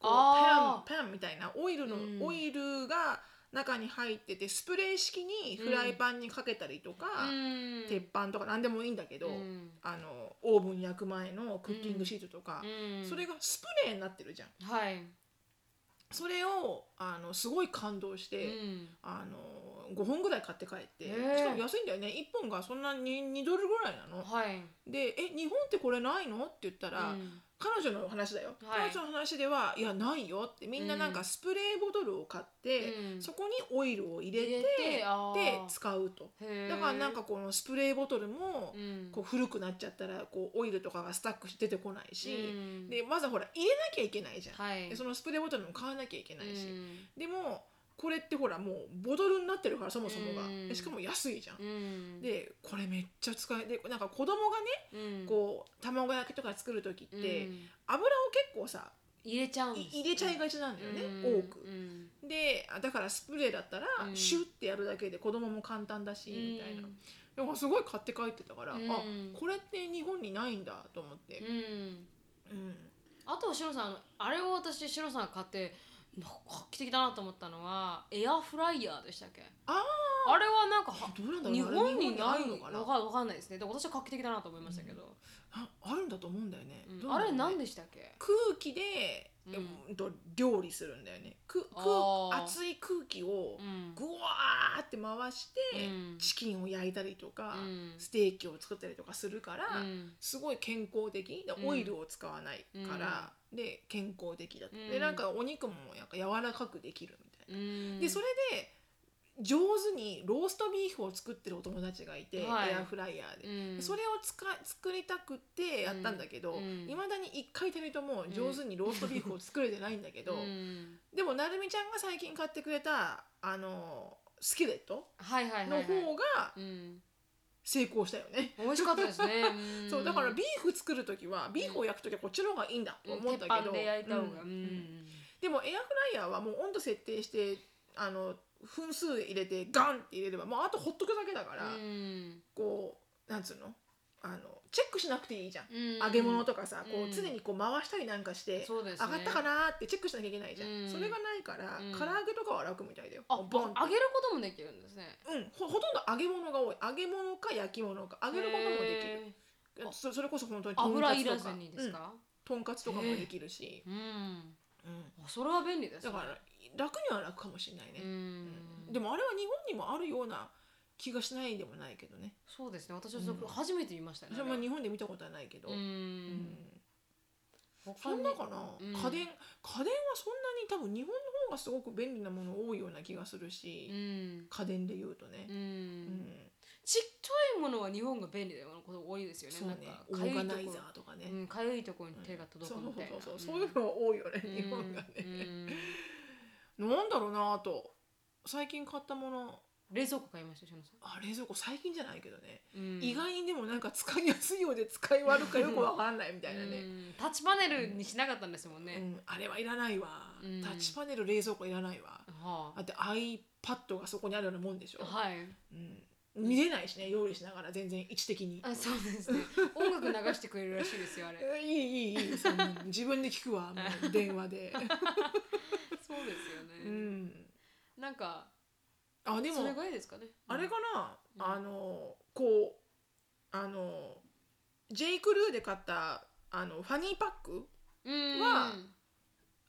B: こ
A: あ
B: うペンペンみたいなオイルの、
A: うん
B: オイルが中に入っててスプレー式にフライパンにかけたりとか、
A: うん
B: 鉄板とか何でもいいんだけど、
A: うん
B: あのオーブン焼く前のクッキングシートとか、
A: うん
B: それがスプレーになってるじゃん。
A: はい、
B: それをあのすごい感動し
A: う
B: て、
A: ん、
B: あの5本ぐらい買って帰って、
A: へえ
B: しかも安いんだよね1本がそんなに 2, ドルぐらいなの。
A: はい
B: で「え日本ってこれないの?」って言ったら、
A: うん
B: 彼女の話だよ、
A: はい
B: 彼女の話では「いやないよ」ってみんななん
A: う
B: か
A: ん
B: スプレーボトルを買って、
A: うん
B: そこにオイルを入れて
A: あ
B: で
A: ー
B: 使うと。
A: へー
B: だからなんかこのスプレーボトルも、
A: うん
B: こう古くなっちゃったらこうオイルとかがスタックして出てこないし、
A: うん
B: でまずほら入れなきゃいけないじゃん、
A: はい
B: でそのスプレーボトルも買わなきゃいけないし、
A: うん
B: でもこれってほらもうボトルになってるからそもそもが
A: うん
B: でしかも安いじゃん。
A: うん、
B: でこれめっちゃ使えでなんか子供がね
A: うん、
B: こう卵焼きとか作る時って
A: うん
B: 油を結構さ
A: 入れちゃうん
B: い
A: ですね
B: 入れちゃいがちなんだよね
A: うん
B: 多く。
A: うん
B: であだからスプレーだったら
A: うん
B: シュッてやるだけで子供も簡単だしみたいな。でもすごい買って帰ってたからあ
A: うん
B: これって日本にないんだと思って
A: う。ん
B: うん
A: あとはしのさんあのあれを私しのさんが買ってなんか画期的だなと思ったのはエアフライヤーでしたっけ
B: あ
A: あれはなんか
B: あ
A: は
B: どうなんだろう
A: 日
B: あれ
A: 本にな
B: あ
A: い
B: る
A: の
B: の
A: かな
B: かな
A: わかわかんないですねでも私は画期的だなと思いましたけど、
B: ああるんだと思うんだよね。
A: うん
B: どう
A: あ
B: だろ
A: れ
B: うね
A: 何でしたっけ
B: 空気で、
A: うん
B: うんと料理するんだよねく
A: あ
B: 空
A: ー
B: 熱い空気を
A: うん
B: ぐわーって回して、
A: うん
B: チキンを焼いたりとか、
A: うん
B: ステーキを作ったりとかするから、
A: うん
B: すごい健康的だ
A: うん
B: オイルを使わないから、で健康的だと、
A: う
B: で
A: ん
B: なんかお肉もなんか柔らかくできるみたいな、
A: うん
B: でそれで上手にローストビーフを作ってるお友達がいて、
A: はい
B: エアフライヤーで、
A: うん
B: それを使い作りたくてやったんだけど
A: うんうん
B: いま、未だに一回たりとも上手にローストビーフを作れてないんだけど、
A: うん
B: でもなるみちゃんが最近買ってくれたあのスキレット
A: はいはいはい、は
B: の
A: い、
B: 方が
A: うん、
B: 成功したよね。
A: 美味しかったですね、ん
B: そうだからビーフ作る時はビーフを焼く時はこっちの方がいいんだと思ったけど、
A: 鉄板で焼いた方が、
B: う
A: うんん
B: でもエアフライヤーはもう温度設定してあの分数入れてガンって入れればもうあとほっとくだけだから、
A: うん
B: こうなんつうのあのチェックしなくていいじゃん。
A: うん
B: 揚げ物とかさ、こ
A: うん
B: う常にこう回したりなんかして、
A: そうですね
B: 上がったかなーってチェックしなきゃいけないじゃん、
A: うん
B: それがないから、
A: うん
B: 唐揚げとかは楽みたいだよ
A: あ
B: ボ
A: 揚
B: ンって
A: げることもできるんですね
B: うんほほとんど揚げ物が多い揚げ物か焼き物か揚げることもで
A: へ
B: きる
A: ーあ
B: そそれこそ本当に
A: ー
B: とんか
A: 油
B: つ
A: い
B: と
A: ら
B: か
A: ずにです
B: うん
A: か、
B: とんかつとかもできるし、
A: うん
B: うん
A: あそれは便利です
B: だ
A: ね
B: から楽には楽かもしれないね
A: う、
B: うん
A: ん
B: でもあれは日本にもあるような気がしないでもないけどね
A: そうですね私はそれ初めて見ましたね
B: それも日本で見たことはないけど、
A: う
B: うんん
A: 他
B: そん
A: に
B: なかな、
A: うん
B: 家電家電はそんなに多分日本の方がすごく便利なもの多いような気がするし、
A: うん
B: 家電で言うとね
A: う、
B: うん
A: んちっちゃいものは日本が便利だよなことが多いですよね
B: そうねオ
A: なんか
B: ーガ
A: か
B: ナ
A: ゆい
B: イ
A: とこ
B: ザーとかね、
A: ろうんかゆいところに手が届くみたいな
B: そうそうそうそうそういうのは多いよね、日本がね、
A: うん
B: なんだろうなあと最近買ったもの
A: 冷蔵庫買いましたしのさ
B: あ冷蔵庫最近じゃないけどね、
A: ん、うん
B: 意外にでもなんか使いやすいようで使い悪かよくわかんないみたいな
A: う
B: ね、
A: んタッチパネルにしなかったんですもん
B: うん
A: ね、
B: あれはいらないわ、
A: うん
B: タッチパネル冷蔵庫いらないわ
A: は
B: だって iPad がそこにあるようなもんでしょ
A: あ、、はい
B: うん、見れないしね料理しながら全然位置的に
A: あそうですね音楽流してくれるらしいですよあ れ
B: えいいいい いいそんなの自分で聞くわもう電話で、
A: そうですよ
B: う
A: ね、
B: ん、
A: なんか
B: あでも
A: それぐらいですかね
B: あれかな、
A: うん
B: あのこうあのジェイクルーで買ったあのファニーパック
A: うん
B: は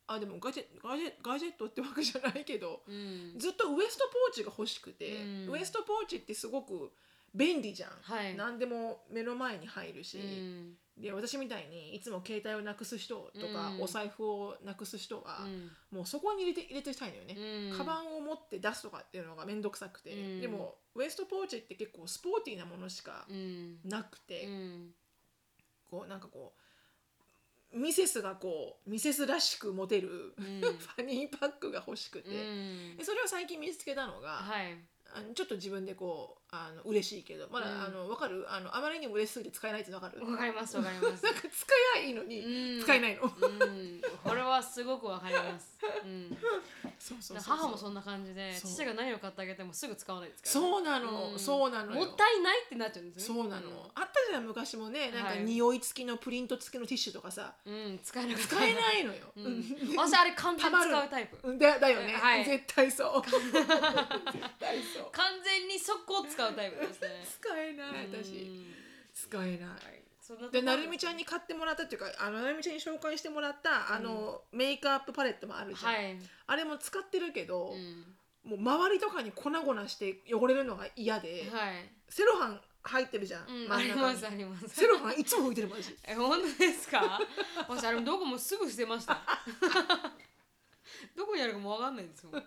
B: あでもガジェガジェガジェットってわけじゃないけど
A: うん
B: ずっとウエストポーチが欲しくて、
A: うん
B: ウエストポーチってすごく便利じゃん、
A: はい
B: 何でも目の前に入るし、
A: うん
B: で私みたいにいつも携帯をなくす人とか、
A: うん
B: お財布をなくす人は、もうそこに入れて入れてしたいのよね、
A: うん
B: カバンを持って出すとかっていうのが面倒くさくて、
A: うん
B: でもウエストポーチって結構スポーティーなものしか
A: うん
B: なくて、
A: うん
B: こうなんかこうミセスがこうミセスらしくモテる、
A: うん
B: ファニーパックが欲しくて、
A: うん
B: でそれを最近見つけたのが、
A: はい
B: あのちょっと自分でこうあの嬉しいけどまだ、
A: うん
B: あの分かるあのあまりにも嬉しすぎて使えないってわかる
A: わかりますわかります
B: なんか使えばいいのに、使
A: 使
B: えないの
A: うんこれはすごくわかりますうん
B: そうそうそう
A: 母も
B: そ
A: そんな感じで
B: そう
A: 父が何を買ってあげてもすぐ使わないですからね
B: うなの、
A: うん
B: そうなの
A: も
B: よ
A: ったいないってなっちゃうんですよね
B: そうなの、あったじゃん昔もねなんか
A: はい
B: 匂い付きのプリント付きのティッシュとかさ
A: うんうん使えなく
B: 使え
A: い
B: ないのよ、
A: う
B: うん
A: ん私あれ簡単に使うタイプ
B: うんだだよね、
A: はい
B: 絶対そ う絶対そう
A: 完全に速攻使うタイプですね
B: 使えない
A: うん
B: 私使えない
A: そんなとこ
B: でなるみちゃんに買ってもらったっていうかあのなるみちゃんに紹介してもらったあの、メイクアップパレットもあるじゃん、
A: はい、
B: あれも使ってるけど
A: う、ん
B: もう周りとかに粉々して汚れるのが嫌で、
A: はい
B: セロハン入ってるじゃん、
A: うん、あ
B: 真ん
A: り
B: 中
A: ま
B: に
A: すあります
B: セロハンいつも浮いてるマジ
A: え本当です か私あれもどこもすぐ捨てました どこにあるかもわかんないですもん、うん、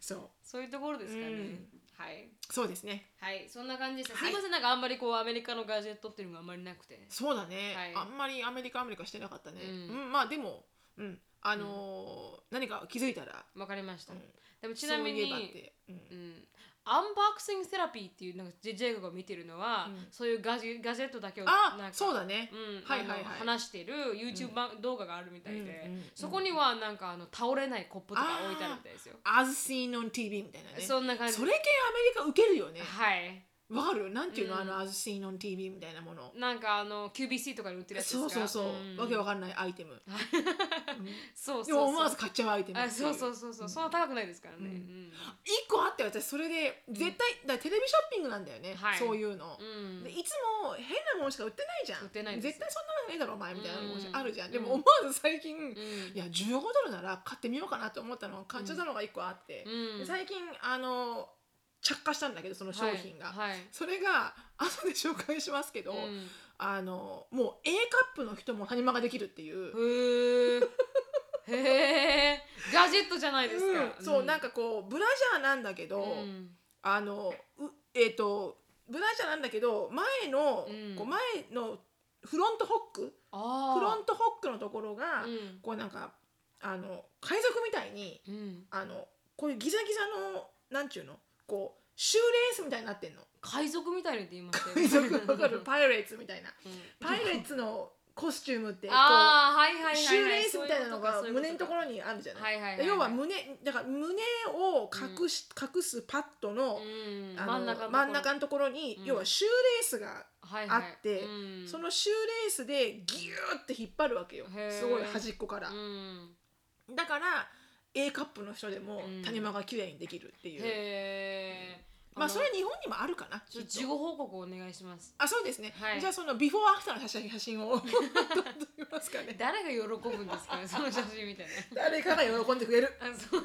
B: そう
A: そういうところですかね、
B: うん
A: はい
B: そうですね
A: はいそんな感じでした、
B: は
A: す
B: い
A: いませんなんかあんまりこうアメリカのガジェットっていうのがあんまりなくて
B: そうだね、
A: はい
B: あんまりアメリカアメリカしてなかったね、
A: う
B: うんんまあでも、うんあのー何か気づいたら、
A: わかりました、
B: うん
A: でもちなみ
B: そういえばっ
A: に
B: て、うん
A: うん、アンバックシングセラピーっていうなんかジェジェイコが見てるのは、
B: うん
A: そういうガジガジェットだけをな
B: あ
A: んか
B: そうだね、
A: うん
B: はいはいはい
A: あの話してる YouTube ば動画があるみたいで、
B: うんうんうん
A: そこにはなんかあの倒れないコップとか置いてあるみたいですよ。
B: As seen on TV みたいなね
A: そんな感じ
B: それ系アメリカ受けるよね
A: はい
B: わかるなんていうの、
A: うん
B: あの As seen on TV みたいなもの
A: なんかあの QBC とかに売ってるやつ
B: そうそうそう、
A: ん
B: わけわかんないア イテム、
A: そうそう
B: で
A: そう
B: も思わず買っちゃうアイテム
A: あそう
B: う
A: そうそうそうそんな高くないですからね、う
B: うん
A: ん
B: 一個あって私それで絶対、だからテレビショッピングなんだよね、
A: はい
B: そういうの、
A: うん
B: でいつも変なものしか売ってないじゃん
A: 売ってないです
B: 絶対そんなものねえだろお前みたいなも
A: うん
B: のあるじゃん、で
A: うん
B: も思わず最近、いや15ドルなら買ってみようかなと思ったのが買っちゃったのが一個あって、
A: うん
B: で最近あの着火したんだけどその商品が、
A: はいはい
B: それが後で紹介しますけど、
A: うん
B: あのもう A カップの人も谷間ができるってい
A: へ
B: う、
A: えへえガジェットじゃないですか、
B: うんそうなん
A: か
B: かこうブラジャーなんだけど、
A: うん
B: あのうえっ、とブラジャーなんだけど前の、
A: うん
B: こう前のフロントホック
A: ああ
B: フロントホックのところが、
A: うん
B: こうなんかあの海賊みたいに
A: うん、
B: あのこういうギザギザのなんちゅうのこうシューレースみたいになってんの
A: 海賊みたいにって言いましたよ
B: 海賊わかるパイレーツみたいな
A: うん
B: パイレーツのコスチュームってこう
A: ああはいはいはい、はい、
B: シューレースみたいなのが
A: そういう
B: 胸のとこ
A: ろ
B: ろにあるじゃない
A: はいはいはいはい
B: 要は胸だから胸を隠し、隠すパッドの,、
A: うん、
B: あの
A: 真ん中のところ
B: 真ん中のところに、
A: うん
B: 要はシューレースが、
A: はいはい
B: あって
A: うん
B: そのシューレースでギューって引っ張るわけよ
A: へー
B: すごい端っこから
A: う、ん、
B: だから A カップの人でも
A: うん
B: 谷間が綺麗にできるっていう、
A: へえ
B: まあそれは日本にもあるかな
A: ちょっと
B: き
A: 事
B: っと
A: 後報告お願いします
B: あそうですね、
A: はい
B: じゃあそのビフォーアフターの写真写真を撮りますかね
A: 誰が喜ぶんですかねその写真みたいな
B: 誰かが喜んでくれる
A: あそう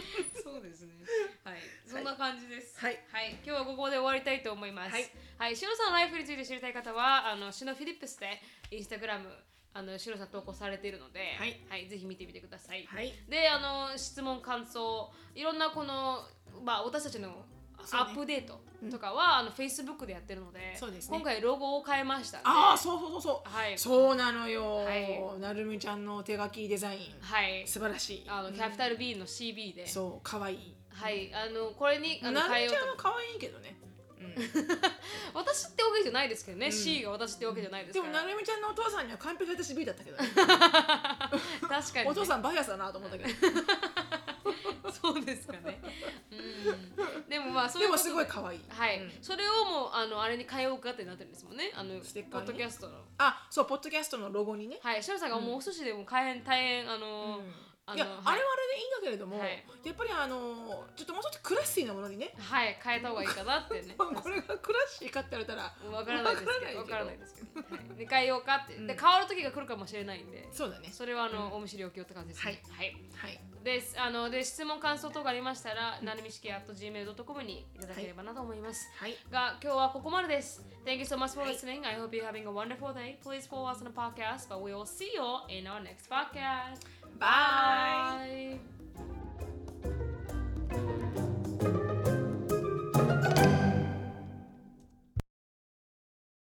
A: そうですね。はい、そんな感じです。
B: はい
A: 今日はここで終わりたいと思います。は
B: はいい、
A: シロさんのライフについて知りたい方は、あのシノフィリップスでインスタグラムあのシロさん投稿されているので、
B: はい、
A: ぜひ見てみてください。
B: はい
A: で、あの質問感想、いろんなこのまあ私たちの
B: そう
A: ア
B: ね
A: ップデートとかは、あの Facebook でやってるので、
B: そうですね
A: 今回ロゴを変えましたんで。
B: ああそうそうそうそう、
A: はい
B: そうなのよ、
A: はい
B: なるみちゃんの手書きデザイン、
A: はい。
B: 素晴らしい
A: あのキャピタル B の CB で、
B: そう可愛い
A: はい、あのこれにあ
B: なる
A: の変え
B: み
A: よ
B: ち
A: うと
B: ゃ
A: 思
B: んは
A: って。
B: 可愛いけどね、
A: 私ってわけじゃないですけどね、C が私ってわけじゃないです
B: で
A: か
B: も
A: ら
B: なるみちゃんのお父さんには完璧私 B だったけど、ね、
A: 確かに、ね、
B: お父さんバイアスだなと思ったけど
A: そうですかね、うん、でもまあそうい
B: で
A: うこ
B: も
A: と
B: すごい可愛い
A: はい、
B: うん
A: それをもうあのあれに変えようかってなってるんですもんねあの
B: ステッ
A: ポ
B: カー
A: ッ
B: に
A: ドキャストの
B: あそうポッドキャストのロゴにね、
A: はいシャムさんがもうお寿司でも大変大変あの、
B: うん
A: あ
B: いや
A: の
B: あ
A: はい
B: れはあれでいいんだけれども、
A: はい
B: やっぱりあのちょっともうちょっとクラッシーなものにね
A: はい変えた方がいいかなってね
B: まあ これがクラッシーかって言われたら
A: わからないですけど、わ
B: わ
A: から
B: ら
A: な
B: ないい
A: ですけど、はいで変えようかって、
B: うん
A: で変わる時が来るかもしれないんで、
B: そうだね
A: それはあの、お見知りおきをって感じですね。はい。
B: はい
A: で、あので質問感想等がありましたら、なるみしき at gmail com にいただければなと思います。
B: はい
A: が今日はここまでです。Thank you so much for listening. I hope you're having a wonderful day. Please follow us on the podcast, but we will see you in our next podcast.
B: バイ
A: Bye.